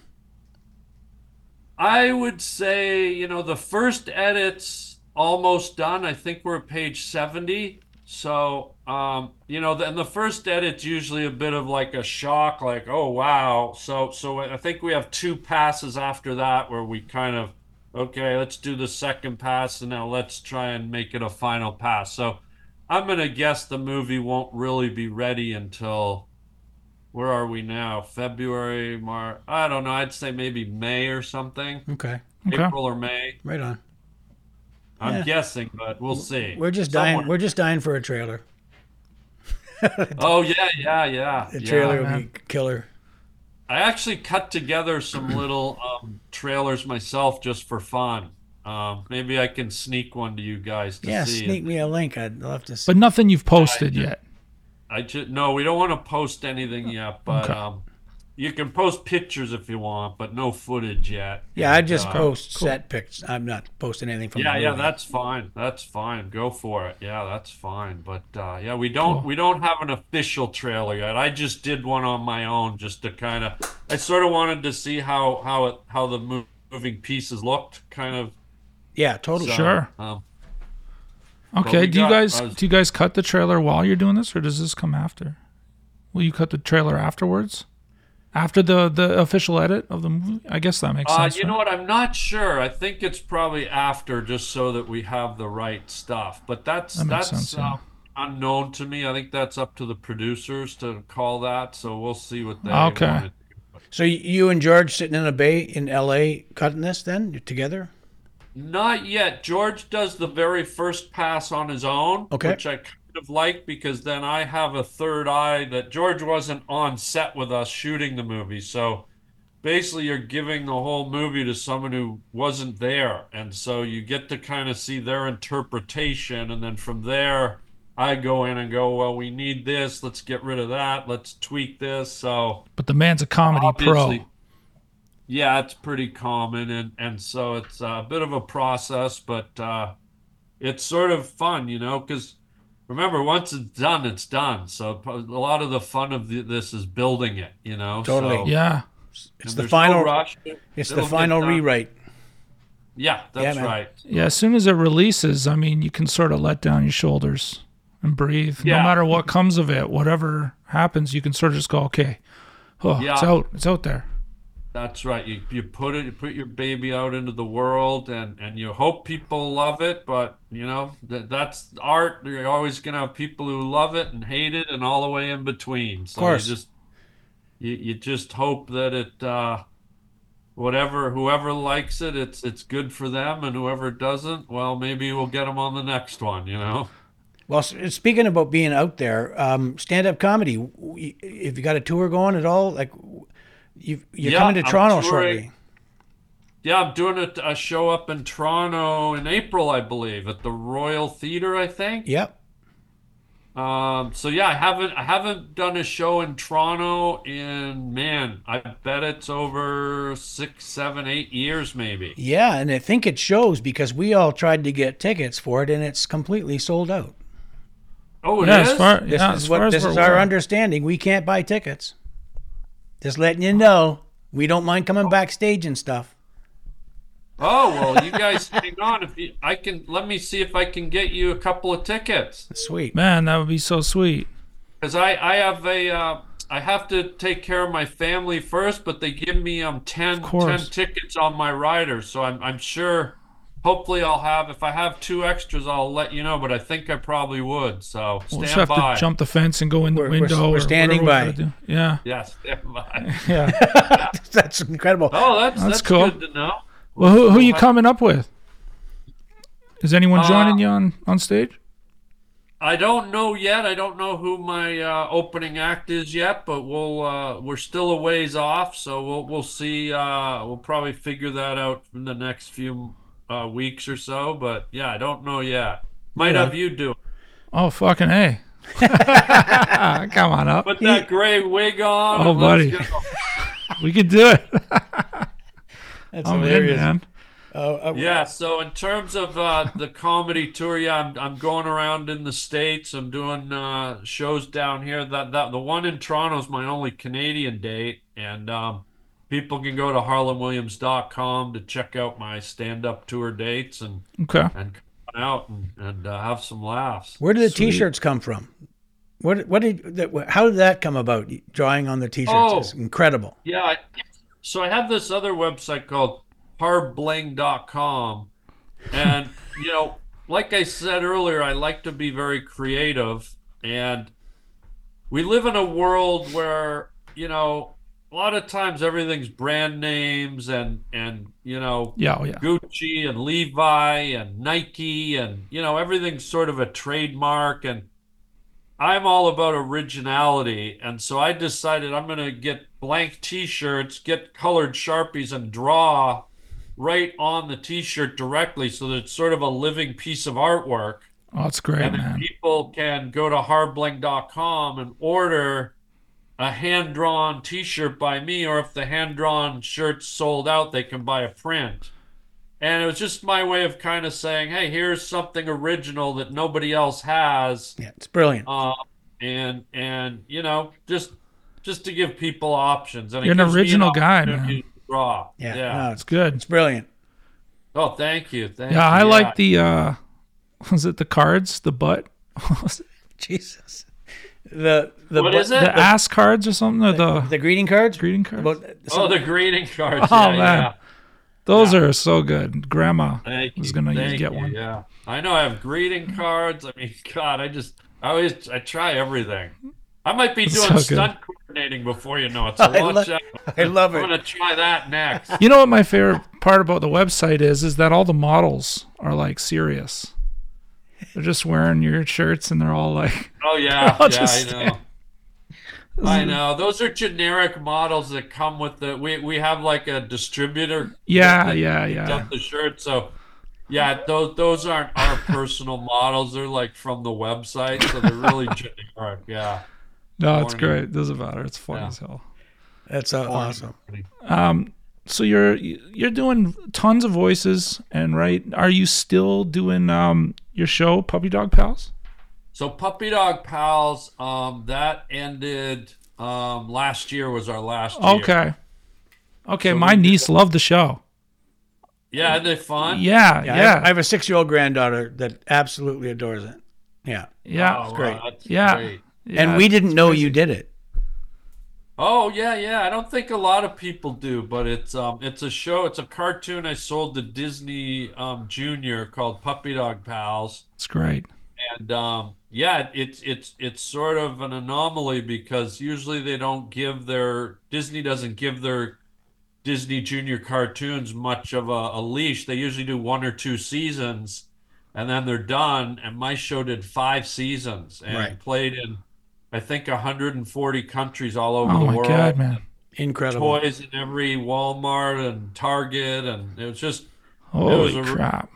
I would say, you know, the first edit's almost done. I think we're at page 70. So, um, you know, and the first edit's usually a bit of like a shock, like, oh, wow. So, so I think we have two passes after that where we kind of, okay, let's do the second pass and now let's try and make it a final pass. So I'm going to guess the movie won't really be ready until where are we now? February, March. I don't know. I'd say maybe May or something.
Okay.
Okay.
April or May.
Right on.
I'm
Yeah.
guessing, but we'll see.
We're just dying.
Somewhere.
We're just dying for a trailer.
Oh yeah, yeah, yeah.
The
yeah.
trailer would
man.
be killer.
I actually cut together some little um, trailers myself just for fun. Um, maybe I can sneak one to you guys to
Yeah,
see.
sneak me a link. I'd love to see.
But nothing you've posted yet.
I just no, we don't want to post anything yet, but
Okay.
um, you can post pictures if you want, but no footage yet.
yeah, I'd just
Uh,
post set pics. I'm not posting anything from
yeah
the
yeah
movie.
that's fine that's fine go for it yeah that's fine but uh, yeah we don't we don't have an official trailer yet i just did one on my own just to kind of i sort of wanted to see how how it how the mo- moving pieces looked kind of
Yeah, totally.
so,
Sure.
um,
Okay.
we
Do you
got-
guys
I was-
do you guys cut the trailer while you're doing this, or does this come after? Will you cut the trailer afterwards? after the the official edit of the movie? I guess that makes
Uh,
sense.
you know what? I'm not sure. I think it's probably after, just so that we have the right stuff. But that's
That makes
that's
sense, yeah.
uh, unknown to me. I think that's up to the producers to call that. So we'll see what they.
Okay.
wanna do.
So y- you and George sitting in a bay in L.A. cutting this then together?
Not yet. George does the very first pass on his own,
Okay.
which I kind of like because then I have a third eye that George wasn't on set with us shooting the movie. So basically, you're giving the whole movie to someone who wasn't there. And so you get to kind of see their interpretation. And then from there, I go in and go, well, we need this. Let's get rid of that. Let's tweak this. So
but the man's a comedy pro.
yeah, it's pretty common, and and so it's a bit of a process, but uh, it's sort of fun, you know, because remember, once it's done, it's done. So p- a lot of the fun of the, this is building it, you know.
Totally.
So,
Yeah.
and
It's the
there's
final-
No rush.
It's the
It'll get
final
done.
rewrite.
Yeah, that's
man.
right.
Yeah, as soon as it releases, I mean, you can sort of let down your shoulders and breathe. No
Yeah.
matter what comes of it, whatever happens, you can sort of just go, okay, oh, it's
Yeah.
out, it's out there.
That's right. You you put it, you put your baby out into the world, and and you hope people love it. But you know that that's art. You're always gonna have people who love it and hate it, and all the way in between. So
course.
you just you you just hope that it uh, whatever whoever likes it, it's it's good for them, and whoever doesn't, well, maybe we'll get them on the next one. You know.
Well, s- speaking about being out there, um, stand-up comedy. w- y- If you got a tour going at all, like w- you you're
Yeah,
coming to
I'm
Toronto
touring.
shortly.
Yeah, I'm doing a, a show up in Toronto in April, I believe, at the Royal Theatre, I think.
Yep.
Um, so yeah, I haven't I haven't done a show in Toronto in man, I bet it's over six, seven, eight years maybe.
Yeah, and I think it shows because we all tried to get tickets for it, and it's completely sold out.
Oh, it
yeah,
is?
as far,
This
yeah,
is
as
what
far as
this
we're
is our
aware.
understanding. We can't buy tickets. Just letting you know, we don't mind coming backstage and stuff.
Oh well, you guys hang on. If you, I can, let me see if I can get you a couple of tickets
Sweet.
Man, that would be so sweet.
because I I have a uh, I have to take care of my family first, but they give me um 10,
course.
10 tickets on my rider, so I'm I'm sure. Hopefully, I'll have if I have two extras, I'll let you know. But I think I probably would. So stand
We'll just have
by.
to jump the fence and go in the
We're- we're-
window.
we're
or
standing
whatever we
by.
gotta do. Yeah.
Yes, stand by.
Yeah.
That's incredible.
Oh, that's
That's
that's,
cool.
good to know.
well, who, who are you coming up with? Is
Uh,
anyone joining you on, on stage?
I don't know yet. I don't know who my uh, opening act is yet, but we'll uh, we're still a ways off, so we'll we'll see. Uh, we'll probably figure that out in the next few uh, weeks or so. But yeah, I don't know yet. Might have you do it.
Oh, fucking A. Come on up.
Put that gray wig on.
Oh,
and let's
buddy.
go.
We could do it.
That's
I'm in, man.
Oh, uh,
Yeah, so in terms of uh, the comedy tour, yeah, I'm, I'm going around in the states. I'm doing uh, shows down here. That that the one in Toronto is my only Canadian date, and um, people can go to harlanwilliams.com to check out my stand-up tour dates and
Okay.
and come out and, and uh, have some laughs.
Where did the T-shirts come from? What what did that, how did that come about? Drawing on the T-shirts
Oh.
is incredible.
Yeah. I, so I have this other website called harbling.com. And, you know, like I said earlier, I like to be very creative. And we live in a world where, you know, a lot of times everything's brand names and, and, you know,
Yeah, oh, yeah.
Gucci and Levi and Nike and you know everything's sort of a trademark and I'm all about originality and so I decided I'm going to get blank t-shirts, get colored Sharpies and draw right on the t-shirt directly so that it's sort of a living piece of artwork
Oh, it's great,
and then
man.
people can go to harbling.com and order a hand drawn t shirt by me, or if the hand drawn shirt's sold out, they can buy a print. And it was just my way of kind of saying, hey, here's something original that nobody else has.
Yeah, it's brilliant.
Uh, and, and, you know, just just to give people options. And it
You're an
gives me
original guy, man.
opportunity to Draw.
yeah,
Yeah.
no,
It's
it's,
good.
it's brilliant.
Oh, thank you. Thank
Yeah, I
you.
like the uh was it the cards, the butt?
Jesus, the the
What is it?
The ass cards or something, or the,
the greeting cards.
greeting cards.
About- so-
oh, the greeting cards.
Oh,
yeah,
man.
yeah.
Those are so good. Grandma
Thank
was
you,
gonna
thank
get
you,
one. Mm-hmm.
Yeah, I know. I have greeting cards. I mean, God, I just, I always, I try everything. I might be
So
doing
good.
stunt coordinating before you know it. So
I
watch
lo-
out.
I love
Oh. I'm
it.
gonna try that next.
You know what my favorite part about the website is? Is that all the models are like serious. They're just wearing your shirts and they're all like,
Oh yeah,
I'll
yeah,
just
I know. I know. Those are generic models that come with the. We we have like a distributor.
yeah,
that
yeah,
picked
yeah.
up the shirt. So, yeah, those those aren't our personal models. They're like from the website, so they're really generic. Yeah.
No, it's
Morning.
great. Doesn't matter. It's fun
Yeah.
as hell.
That's uh, awesome.
Um, So you're you're doing tons of voices and right? Are you still doing um your show Puppy Dog Pals?
So Puppy Dog Pals, um, that ended um, last year was our last year.
Okay. Okay, my niece loved the show.
Yeah, isn't it fun?
Yeah,
Yeah,
yeah.
I- I, have a six-year-old granddaughter that absolutely adores it. Yeah,
yeah.
Oh,
great.
that's
Yeah.
great.
yeah.
and we didn't know you did it.
Oh yeah, yeah. I don't think a lot of people do, but it's um, it's a show. It's a cartoon I sold to Disney um, Junior called Puppy Dog Pals,
It's great.
and um, yeah, it's it's it's sort of an anomaly because usually they don't give their Disney doesn't give their Disney Junior cartoons much of a, a leash. They usually do one or two seasons, and then they're done. And my show did five seasons and
Right.
played in, I think, 140 countries all over
Oh
the
my
world
god, man.
Incredible.
toys in every Walmart and Target, and it was just
Holy
a-
crap.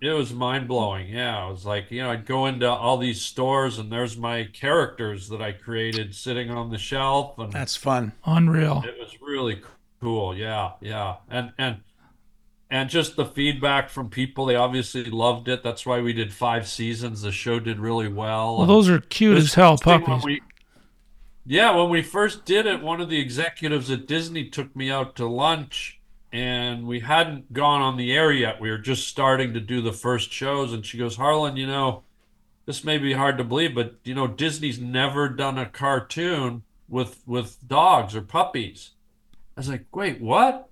it was mind blowing. Yeah, it was like you know I'd go into all these stores and there's my characters that I created sitting on the shelf, and
That's fun.
Unreal.
it was really cool. Yeah, yeah, and and and just the feedback from people, they obviously loved it. That's why we did five seasons. The show did really well.
Well,
and-
those are cute as hell
thing when
puppies.
we- yeah, when we first did it, one of the executives at Disney took me out to lunch, and we hadn't gone on the air yet. We were just starting to do the first shows, and she goes, "Harlan, you know, this may be hard to believe, but you know, Disney's never done a cartoon with with dogs or puppies." I was like, "Wait, what?"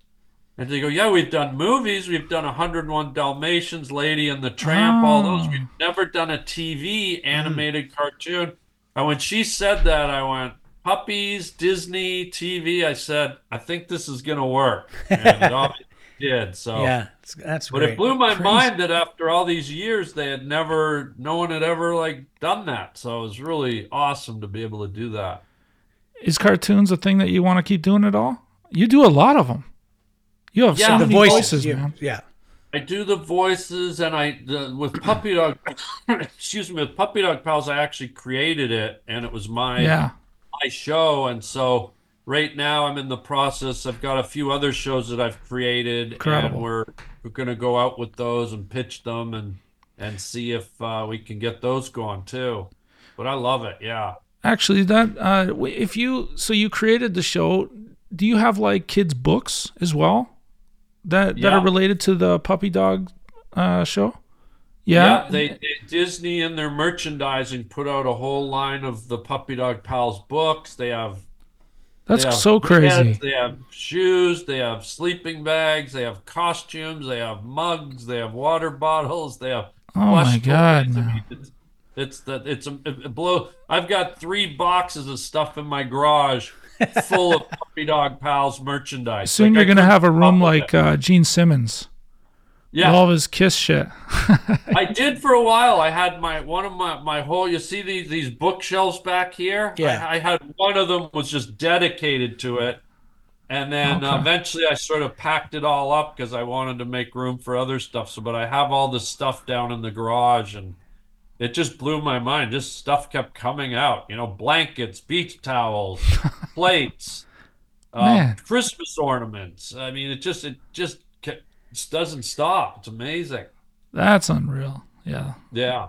And they go, "Yeah, we've done movies. We've done 101 Dalmatians, Lady and the Tramp, all those.
Oh.
We've never done a TV animated cartoon." And when she said that, I went, "Puppies, Disney, TV." I said, "I think this is gonna work." And it obviously did. So
Yeah, it's, that's
Oh. but
great.
it blew my mind that after all these years, they had never, no one had ever like done that. So it was really awesome to be able to do that.
Is cartoons a thing that you want to keep doing at all? You do a lot of them. You have so
Yeah.
the
many
voices,
voices,
you-
man.
yeah.
I do the voices, and I the, with Puppy Dog, excuse me, with Puppy Dog Pals, I actually created it, and it was my
Yeah.
my show, and so right now I'm in the process. I've got a few other shows that I've created,
Incredible.
and we're we're gonna go out with those and pitch them and and see if uh, we can get those going too. But I love it, yeah.
Actually, that uh, w- if you so you created the show, do you have like kids' books as well that that
Yeah.
are related to the puppy dog uh, show?
Yeah,
Yeah,
they, they- Disney and their merchandising put out a whole line of the Puppy Dog Pals books. They have
that's
they have
so crazy.
pants, they have shoes, they have sleeping bags, they have costumes, they have mugs, they have water bottles, they have
Oh my
plush
God,
toys. I
man.
mean, it's, it's the it's a it it blow. I've got three boxes of stuff in my garage full of Puppy Dog Pals merchandise.
Soon
Like, I
you're gonna
couldn't
have a
keep
room
up with it.
like uh, Gene Simmons. with
yeah,
all of his kiss shit.
I did for a while. I had my one of my my whole. You see these these bookshelves back here.
Yeah.
I, I had one of them was just dedicated to it, and then uh,
Okay.
eventually I sort of packed it all up because I wanted to make room for other stuff. So, but I have all this stuff down in the garage, and it just blew my mind. Just stuff kept coming out. You know, blankets, beach towels, plates, um,
Man.
Christmas ornaments. I mean, it just it just kept, it doesn't stop. It's amazing.
That's unreal. Yeah.
Yeah.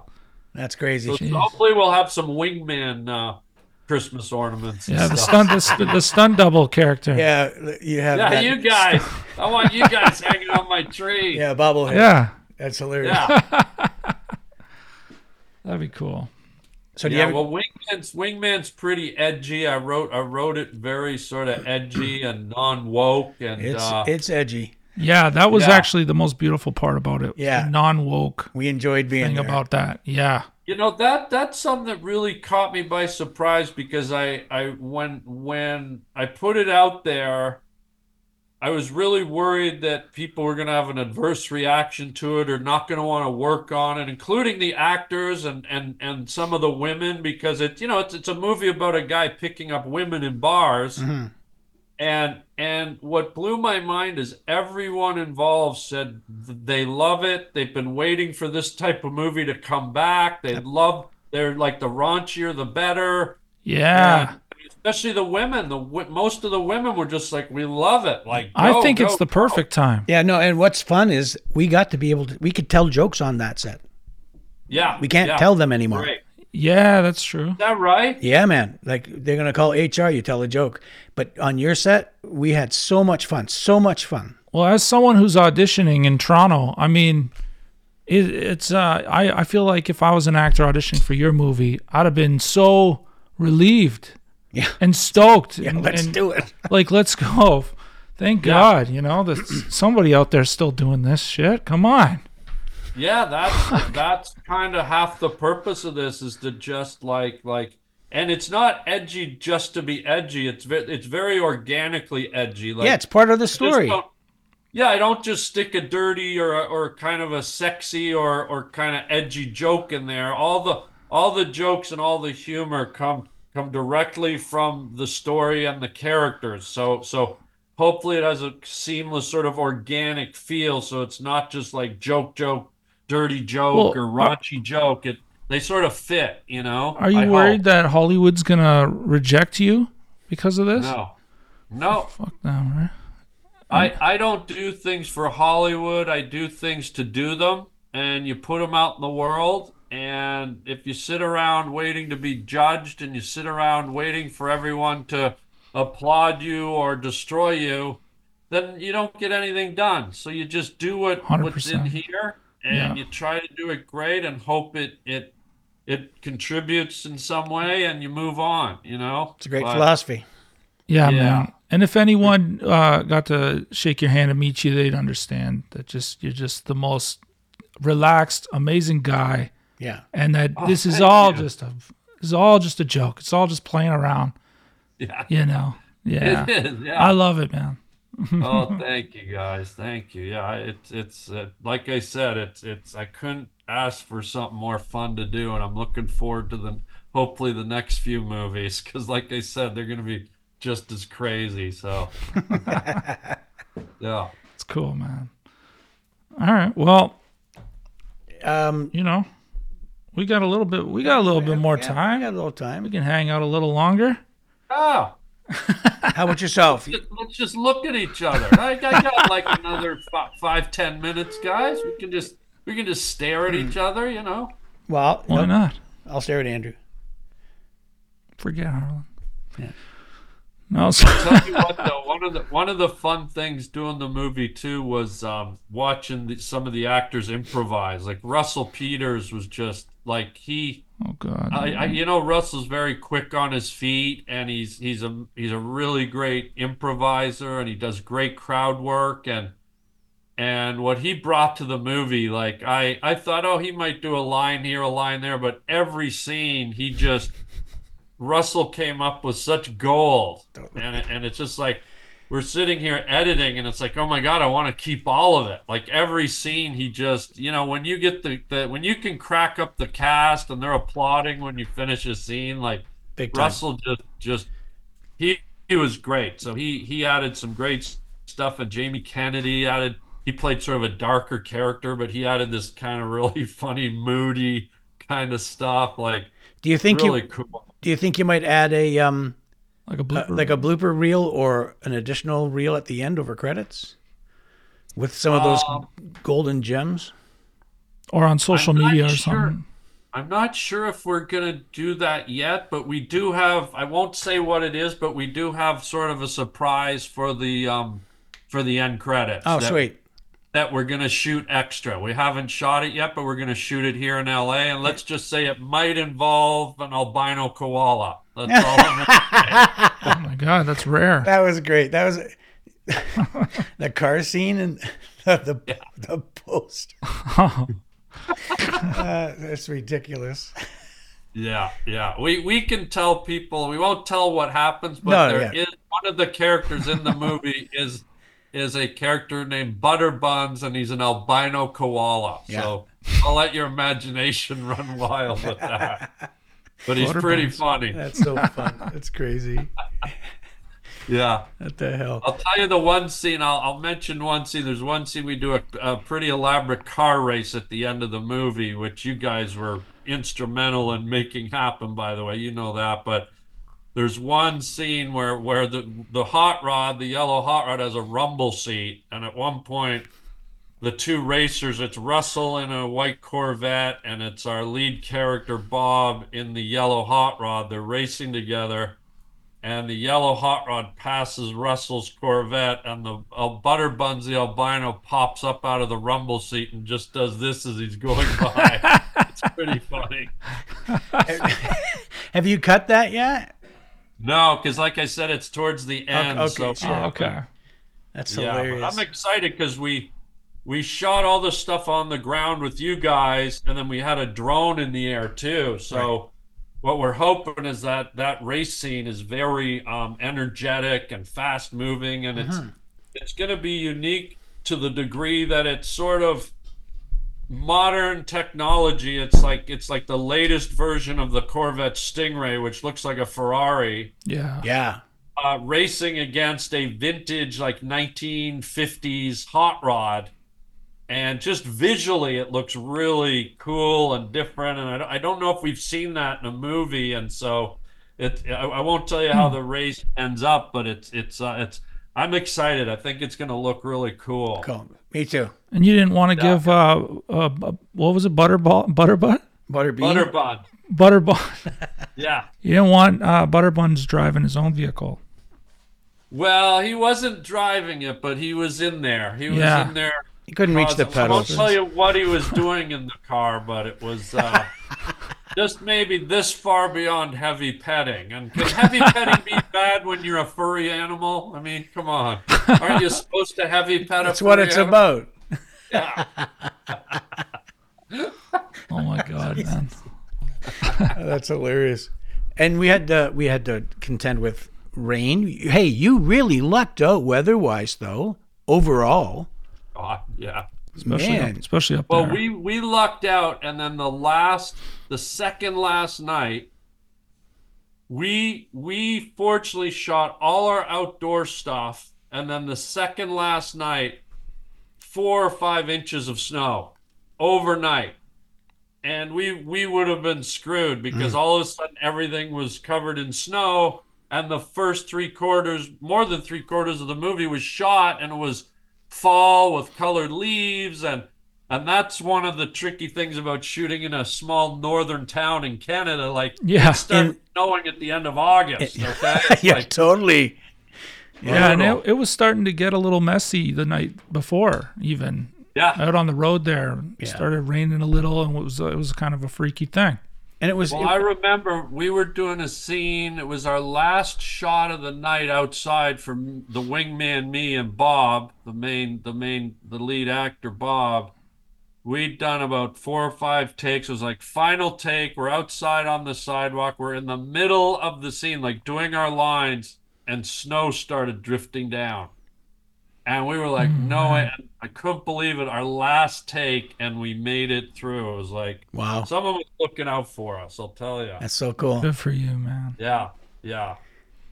That's crazy.
So
Jeez.
hopefully we'll have some wingman uh, Christmas ornaments. and
Yeah, the
stuff.
stunt the, st- the stunt double character. Yeah.
yeah, you have.
Yeah,
that-
you guys. I want you guys hanging on my tree.
Yeah, bobblehead.
Yeah.
That's hilarious.
Yeah.
That'd be cool.
So do
yeah,
you ever,
well, Wingman's Wingman's pretty edgy. I wrote I wrote it very sort of edgy and non woke and
it's
uh,
it's edgy.
Yeah, that was
Yeah.
actually the most beautiful part about it.
Yeah.
non woke
We enjoyed being
thing
there.
about that. Yeah,
You know that that's something that really caught me by surprise because I I when when I put it out there, I was really worried that people were going to have an adverse reaction to it or not going to want to work on it, including the actors and and and some of the women because it's you know it's it's a movie about a guy picking up women in bars.
Mhm.
And and what blew my mind is everyone involved said th- they love it. They've been waiting for this type of movie to come back. They love. They're like the raunchier the better.
yeah.
And especially the women. The wo- most of the women were just like, we love it. Like
I
go,
think it's
go,
the
go.
perfect time.
Yeah, no, and what's fun is we got to be able to we could tell jokes on that set.
Yeah,
We can't
yeah,
tell them anymore.
Great. Is
Yeah, that's true.
that right?
Yeah, man. Like they're gonna call HR, you tell a joke. But on your set, we had so much fun, so much fun.
Well, as someone who's auditioning in Toronto, I mean, it, it's uh, I I feel like if I was an actor auditioning for your movie, I'd have been so relieved,
Yeah.
and stoked. and,
Let's
and,
do it.
Like, let's go. Thank God, you know, that somebody out there still doing this shit. Come on.
Yeah, that's that's kind of half the purpose of this is to just like like, and it's not edgy just to be edgy. It's ve- it's very organically edgy. Like,
yeah, it's part of the
just
story.
don't- yeah, I don't just stick a dirty or a- or kind of a sexy or or kind of edgy joke in there. All the all the jokes and all the humor come come directly from the story and the characters. So so hopefully it has a seamless sort of organic feel. So it's not just like joke joke, dirty joke
Well,
or raunchy joke. It they sort of fit, you know.
Are you
I
worried
hope.
that Hollywood's gonna reject you because of this?
No, no.
Fuck them, right?
Mm.
I, I don't do things for Hollywood. I do things to do them, and you put them out in the world. And if you sit around waiting to be judged, and you sit around waiting for everyone to applaud you or destroy you, then you don't get anything done. So you just do what what's in
100%.
here, and
Yeah.
you try to do it great, and hope it it it contributes in some way, and you move on. You know,
It's a great
But-
philosophy.
Yeah,
Yeah.
man. And if anyone uh, got to shake your hand and meet you, they'd understand that just you're just the most relaxed, amazing guy,
Yeah.
and that this is
thank
all
you.
just a this is all just a joke. It's all just playing around,
Yeah,
you know. Yeah,
it is. Yeah.
I love it, man.
oh, thank you guys. Thank you. Yeah, it's it's uh, like I said, it's it's I couldn't ask for something more fun to do, and I'm looking forward to the hopefully the next few movies because, like I said, they're gonna be just as crazy. So, yeah,
It's cool, man. All right, well,
Um
you know, we got a little bit, we got a little bit more
yeah,
time.
we got a little
We
time.
can hang out a little longer.
oh,
How about yourself?
just- let's just look at each other. I, I got like another five, five, ten minutes, guys. We can just we can just stare at each other, you know.
Well,
Why
no,
not?
I'll stare at Andrew.
Forget Harlan.
Yeah.
No, oh, so,
tell you what though, one of the one of the fun things doing the movie too was um, watching the, some of the actors improvise. Like Russell Peters was just like he,
oh god.
I, I, you know, Russell's very quick on his feet, and he's he's a he's a really great improviser, and he does great crowd work and. And what he brought to the movie, like I, I thought, oh, he might do a line here, a line there, but every scene he just Russell came up with such gold, and it- and it's just like we're sitting here editing, and it's like, oh my god, I want to keep all of it. Like every scene, he just, you know, when you get the, the when you can crack up the cast and they're applauding when you finish a scene, like
Big time.
Russell just just he he was great. So he he added some great s- stuff, and Jamie Kennedy added. He played sort of a darker character, but he added this kind of really funny, moody kind of stuff, like
Do you think
really
you
cool.
do you think you might add a um
like a blooper.
like a blooper reel or an additional reel at the end over credits with some of those
Um,
golden gems?
or on social
I'm not
media or
sure.
something.
I'm not sure if we're going to do that yet, but we do have I won't say what it is, but we do have sort of a surprise for the um for the end credits.
Oh,
that-
sweet.
that we're going to shoot extra. We haven't shot it yet, but we're going to shoot it here in LA. And let's just say it might involve an albino koala. That's all I'm gonna-
Oh my god, that's rare.
That was great. That was the car scene and the the, the post. Uh, that's ridiculous.
Yeah, yeah. We we can tell people. We won't tell what happens,
No,
but there is
yeah.
one of the characters in the movie is is a character named Butter Buns, and he's an albino koala. So I'll let your imagination run wild with that. But he's
Butter
pretty
Buns.
funny.
That's so fun. That's crazy.
Yeah.
What the hell?
I'll tell you the one scene. I'll, I'll mention one scene. There's one scene we do a, a pretty elaborate car race at the end of the movie, which you guys were instrumental in making happen. By the way, you know that. But there's one scene where where the the hot rod, the yellow hot rod, has a rumble seat, and at one point. The two racers, it's Russell in a white Corvette, and it's our lead character, Bob, in the yellow hot rod. They're racing together and the yellow hot rod passes Russell's Corvette, and the uh, butter buns the albino pops up out of the rumble seat and just does this as he's going by. it's pretty funny.
Have you cut that yet?
No, because like I said, it's towards the end.
Okay,
so
sure.
Oh, okay.
That's
yeah, but
hilarious.
I'm excited because we we shot all the stuff on the ground with you guys, and then we had a drone in the air too. So what we're hoping is that that race scene is very um, energetic and fast moving, and
Mm-hmm.
it's it's going to be unique to the degree that it's sort of modern technology it's like it's like the latest version of the corvette stingray which looks like a ferrari
Yeah.
yeah.
uh, racing against a vintage like 1950s hot rod and just visually it looks really cool and different and i don't, I don't know if we've seen that in a movie and so it i, I won't tell you how the race ends up but it's it's uh, it's i'm excited i think it's going to look really cool
Cool. Me too.
And you didn't want to give uh, uh bu- what was it butterball butterbutt
Butterbean.
butter bun
butterbun.
yeah
you didn't want uh, butterbuns driving his own vehicle.
well he wasn't driving it but he was in there he was
Yeah.
in there
you couldn't reach the
Awesome. I won't
pedals.
tell you what he was doing in the car, but it was uh, just maybe this far beyond heavy petting. And can heavy petting be bad when you're a furry animal? I mean, come on. Aren't you supposed to heavy pet a
That's what
furry
it's
animal?
about.
Oh my god, man.
That's hilarious. And we had to we had to contend with rain. Hey, you really lucked out weather wise though. Overall,
God, yeah.
Especially
Man.
up, especially up
Well,
there.
we we lucked out, and then the last, the second last night, we we fortunately shot all our outdoor stuff, and then the second last night, four or five inches of snow overnight, and we we would have been screwed because all of a sudden everything was covered in snow, and the first three quarters, more than three quarters of the movie was shot, and it was fall with colored leaves and and that's one of the tricky things about shooting in a small northern town in Canada. Like,
Yeah,
it started
and-
snowing at the end of August. okay, It's
yeah,
like,
totally.
yeah, and
brutal.
it, it was starting to get a little messy the night before, even
yeah.
out on the road there. It started raining a little, and it was it was kind of a freaky thing.
And it was
Well, I remember we were doing a scene. It was our last shot of the night outside from the wingman, me and Bob, the main, the main, the lead actor, Bob. We'd done about four or five takes. It was like final take. We're outside on the sidewalk. We're in the middle of the scene, like doing our lines, and snow started drifting down. And we were like,
Mm-hmm.
no, I, I couldn't believe it. Our last take, and we made it through. It was like,
wow.
Someone was looking out for us, I'll tell you.
That's so cool.
Good for you, man.
Yeah, yeah.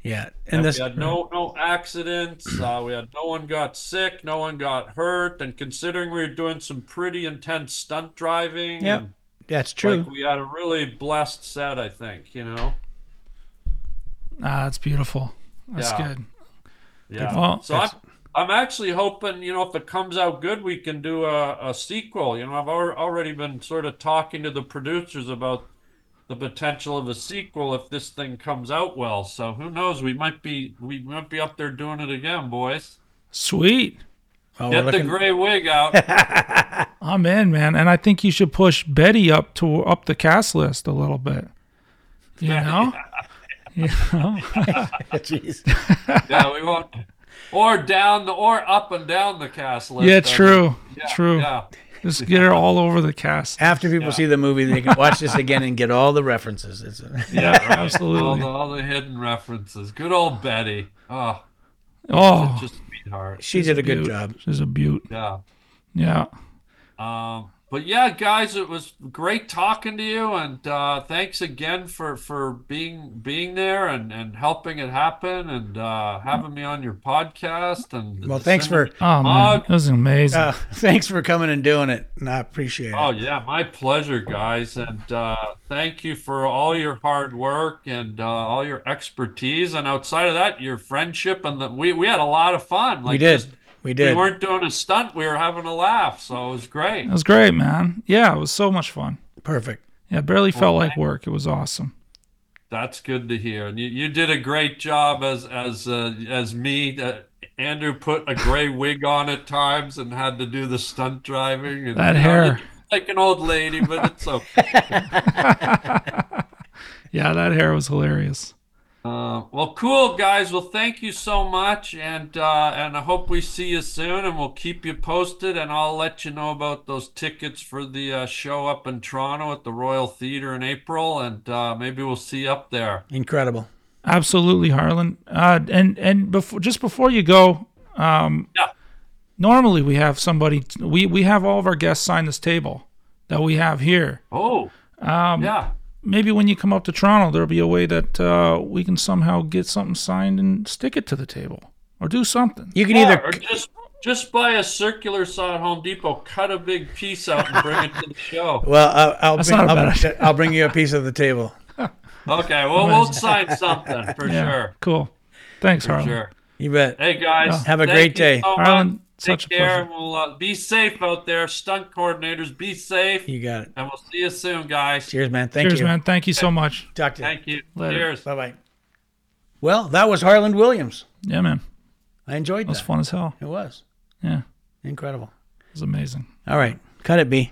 Yeah. And this
We had no no accidents. Uh, we had no one got sick, no one got hurt, and considering we were doing some pretty intense stunt driving,
Yep,
and,
that's
like
true.
we had a really blessed set, I think. You know,
Ah, that's beautiful. That's
Yeah.
good.
yeah.
Well,
so I'm I'm actually hoping you know if it comes out good, we can do a, a sequel. You know, I've al- already been sort of talking to the producers about the potential of a sequel if this thing comes out well. So who knows? We might be we might be up there doing it again, boys.
Sweet.
Oh, we're
Get the
looking-
gray wig out.
I'm in, man, and I think you should push Betty up to up the cast list a little bit. You know, you know?
Jeez.
yeah, we won't. Or down the or up and down the cast list.
yeah,
I mean,
true, true.
Yeah.
Just get her all over the cast.
After people see the movie, they can watch this again and get all the references. It's,
Yeah,
All the,
absolutely.
all the hidden references. Good old Betty. Oh,
Oh,
just a sweetheart.
she did a good
beaut.
job.
she's a beaut.
Yeah.
Yeah.
Um, but yeah, guys, it was great talking to you, and uh, thanks again for for being being there and and helping it happen, and uh, having me on your podcast. And
Well, thanks for
Oh man,
Mug.
that was amazing.
uh, thanks for coming and doing it. And I appreciate
Oh
it.
yeah, my pleasure, guys, and uh, thank you for all your hard work and uh, all your expertise, and outside of that, your friendship and the, we we had a lot of fun. Like
We did.
just-
We
we
did.
weren't doing a stunt; we were having a laugh, so it was great.
That was great, man. Yeah, it was so much fun.
Perfect.
Yeah, it barely felt like work. It was awesome.
That's good to hear. And you, you did a great job as as uh, as me. Uh, Andrew put a gray wig on at times and had to do the stunt driving. And,
That
you know,
hair.
it's like an old lady, but it's okay.
Yeah, that hair was hilarious.
uh, well, cool guys. Well, thank you so much, and uh, and I hope we see you soon. And we'll keep you posted, and I'll let you know about those tickets for the uh, show up in Toronto at the Royal Theatre in April, and uh, maybe we'll see you up there.
Incredible.
Absolutely, Harlan. Uh, and and before just before you go, um,
Yeah.
normally we have somebody. We we have all of our guests sign this table that we have here.
Oh,
Um,
yeah.
Maybe when you come up to Toronto, there'll be a way that uh, we can somehow get something signed and stick it to the table or do something.
You can
Yeah,
either
or just just buy a circular saw at Home Depot, cut a big piece out, and bring it to the show.
well, I'll I'll,
That's
bring,
not a
I'll,
bad
I'll bring you a piece of the table.
Okay, well we'll sign something for
Yeah,
sure.
cool. Thanks,
For
Harlan.
sure.
You bet.
Hey guys,
Have a
thank
great
you
day.
so much.
Harlan,
Take
such a
care.
pleasure.
and We'll uh, be safe out there, stunt coordinators. Be safe,
You got it.
and we'll see you soon, guys.
Cheers, man. Thank
Cheers,
you.
man. Thank you so much.
Talk to you.
Thank you.
Later.
Cheers.
Bye bye. Well, that was Harlan Williams.
Yeah, man.
I enjoyed
That was
that.
fun as hell.
It was
Yeah,
incredible.
it was amazing.
All right, cut it, B.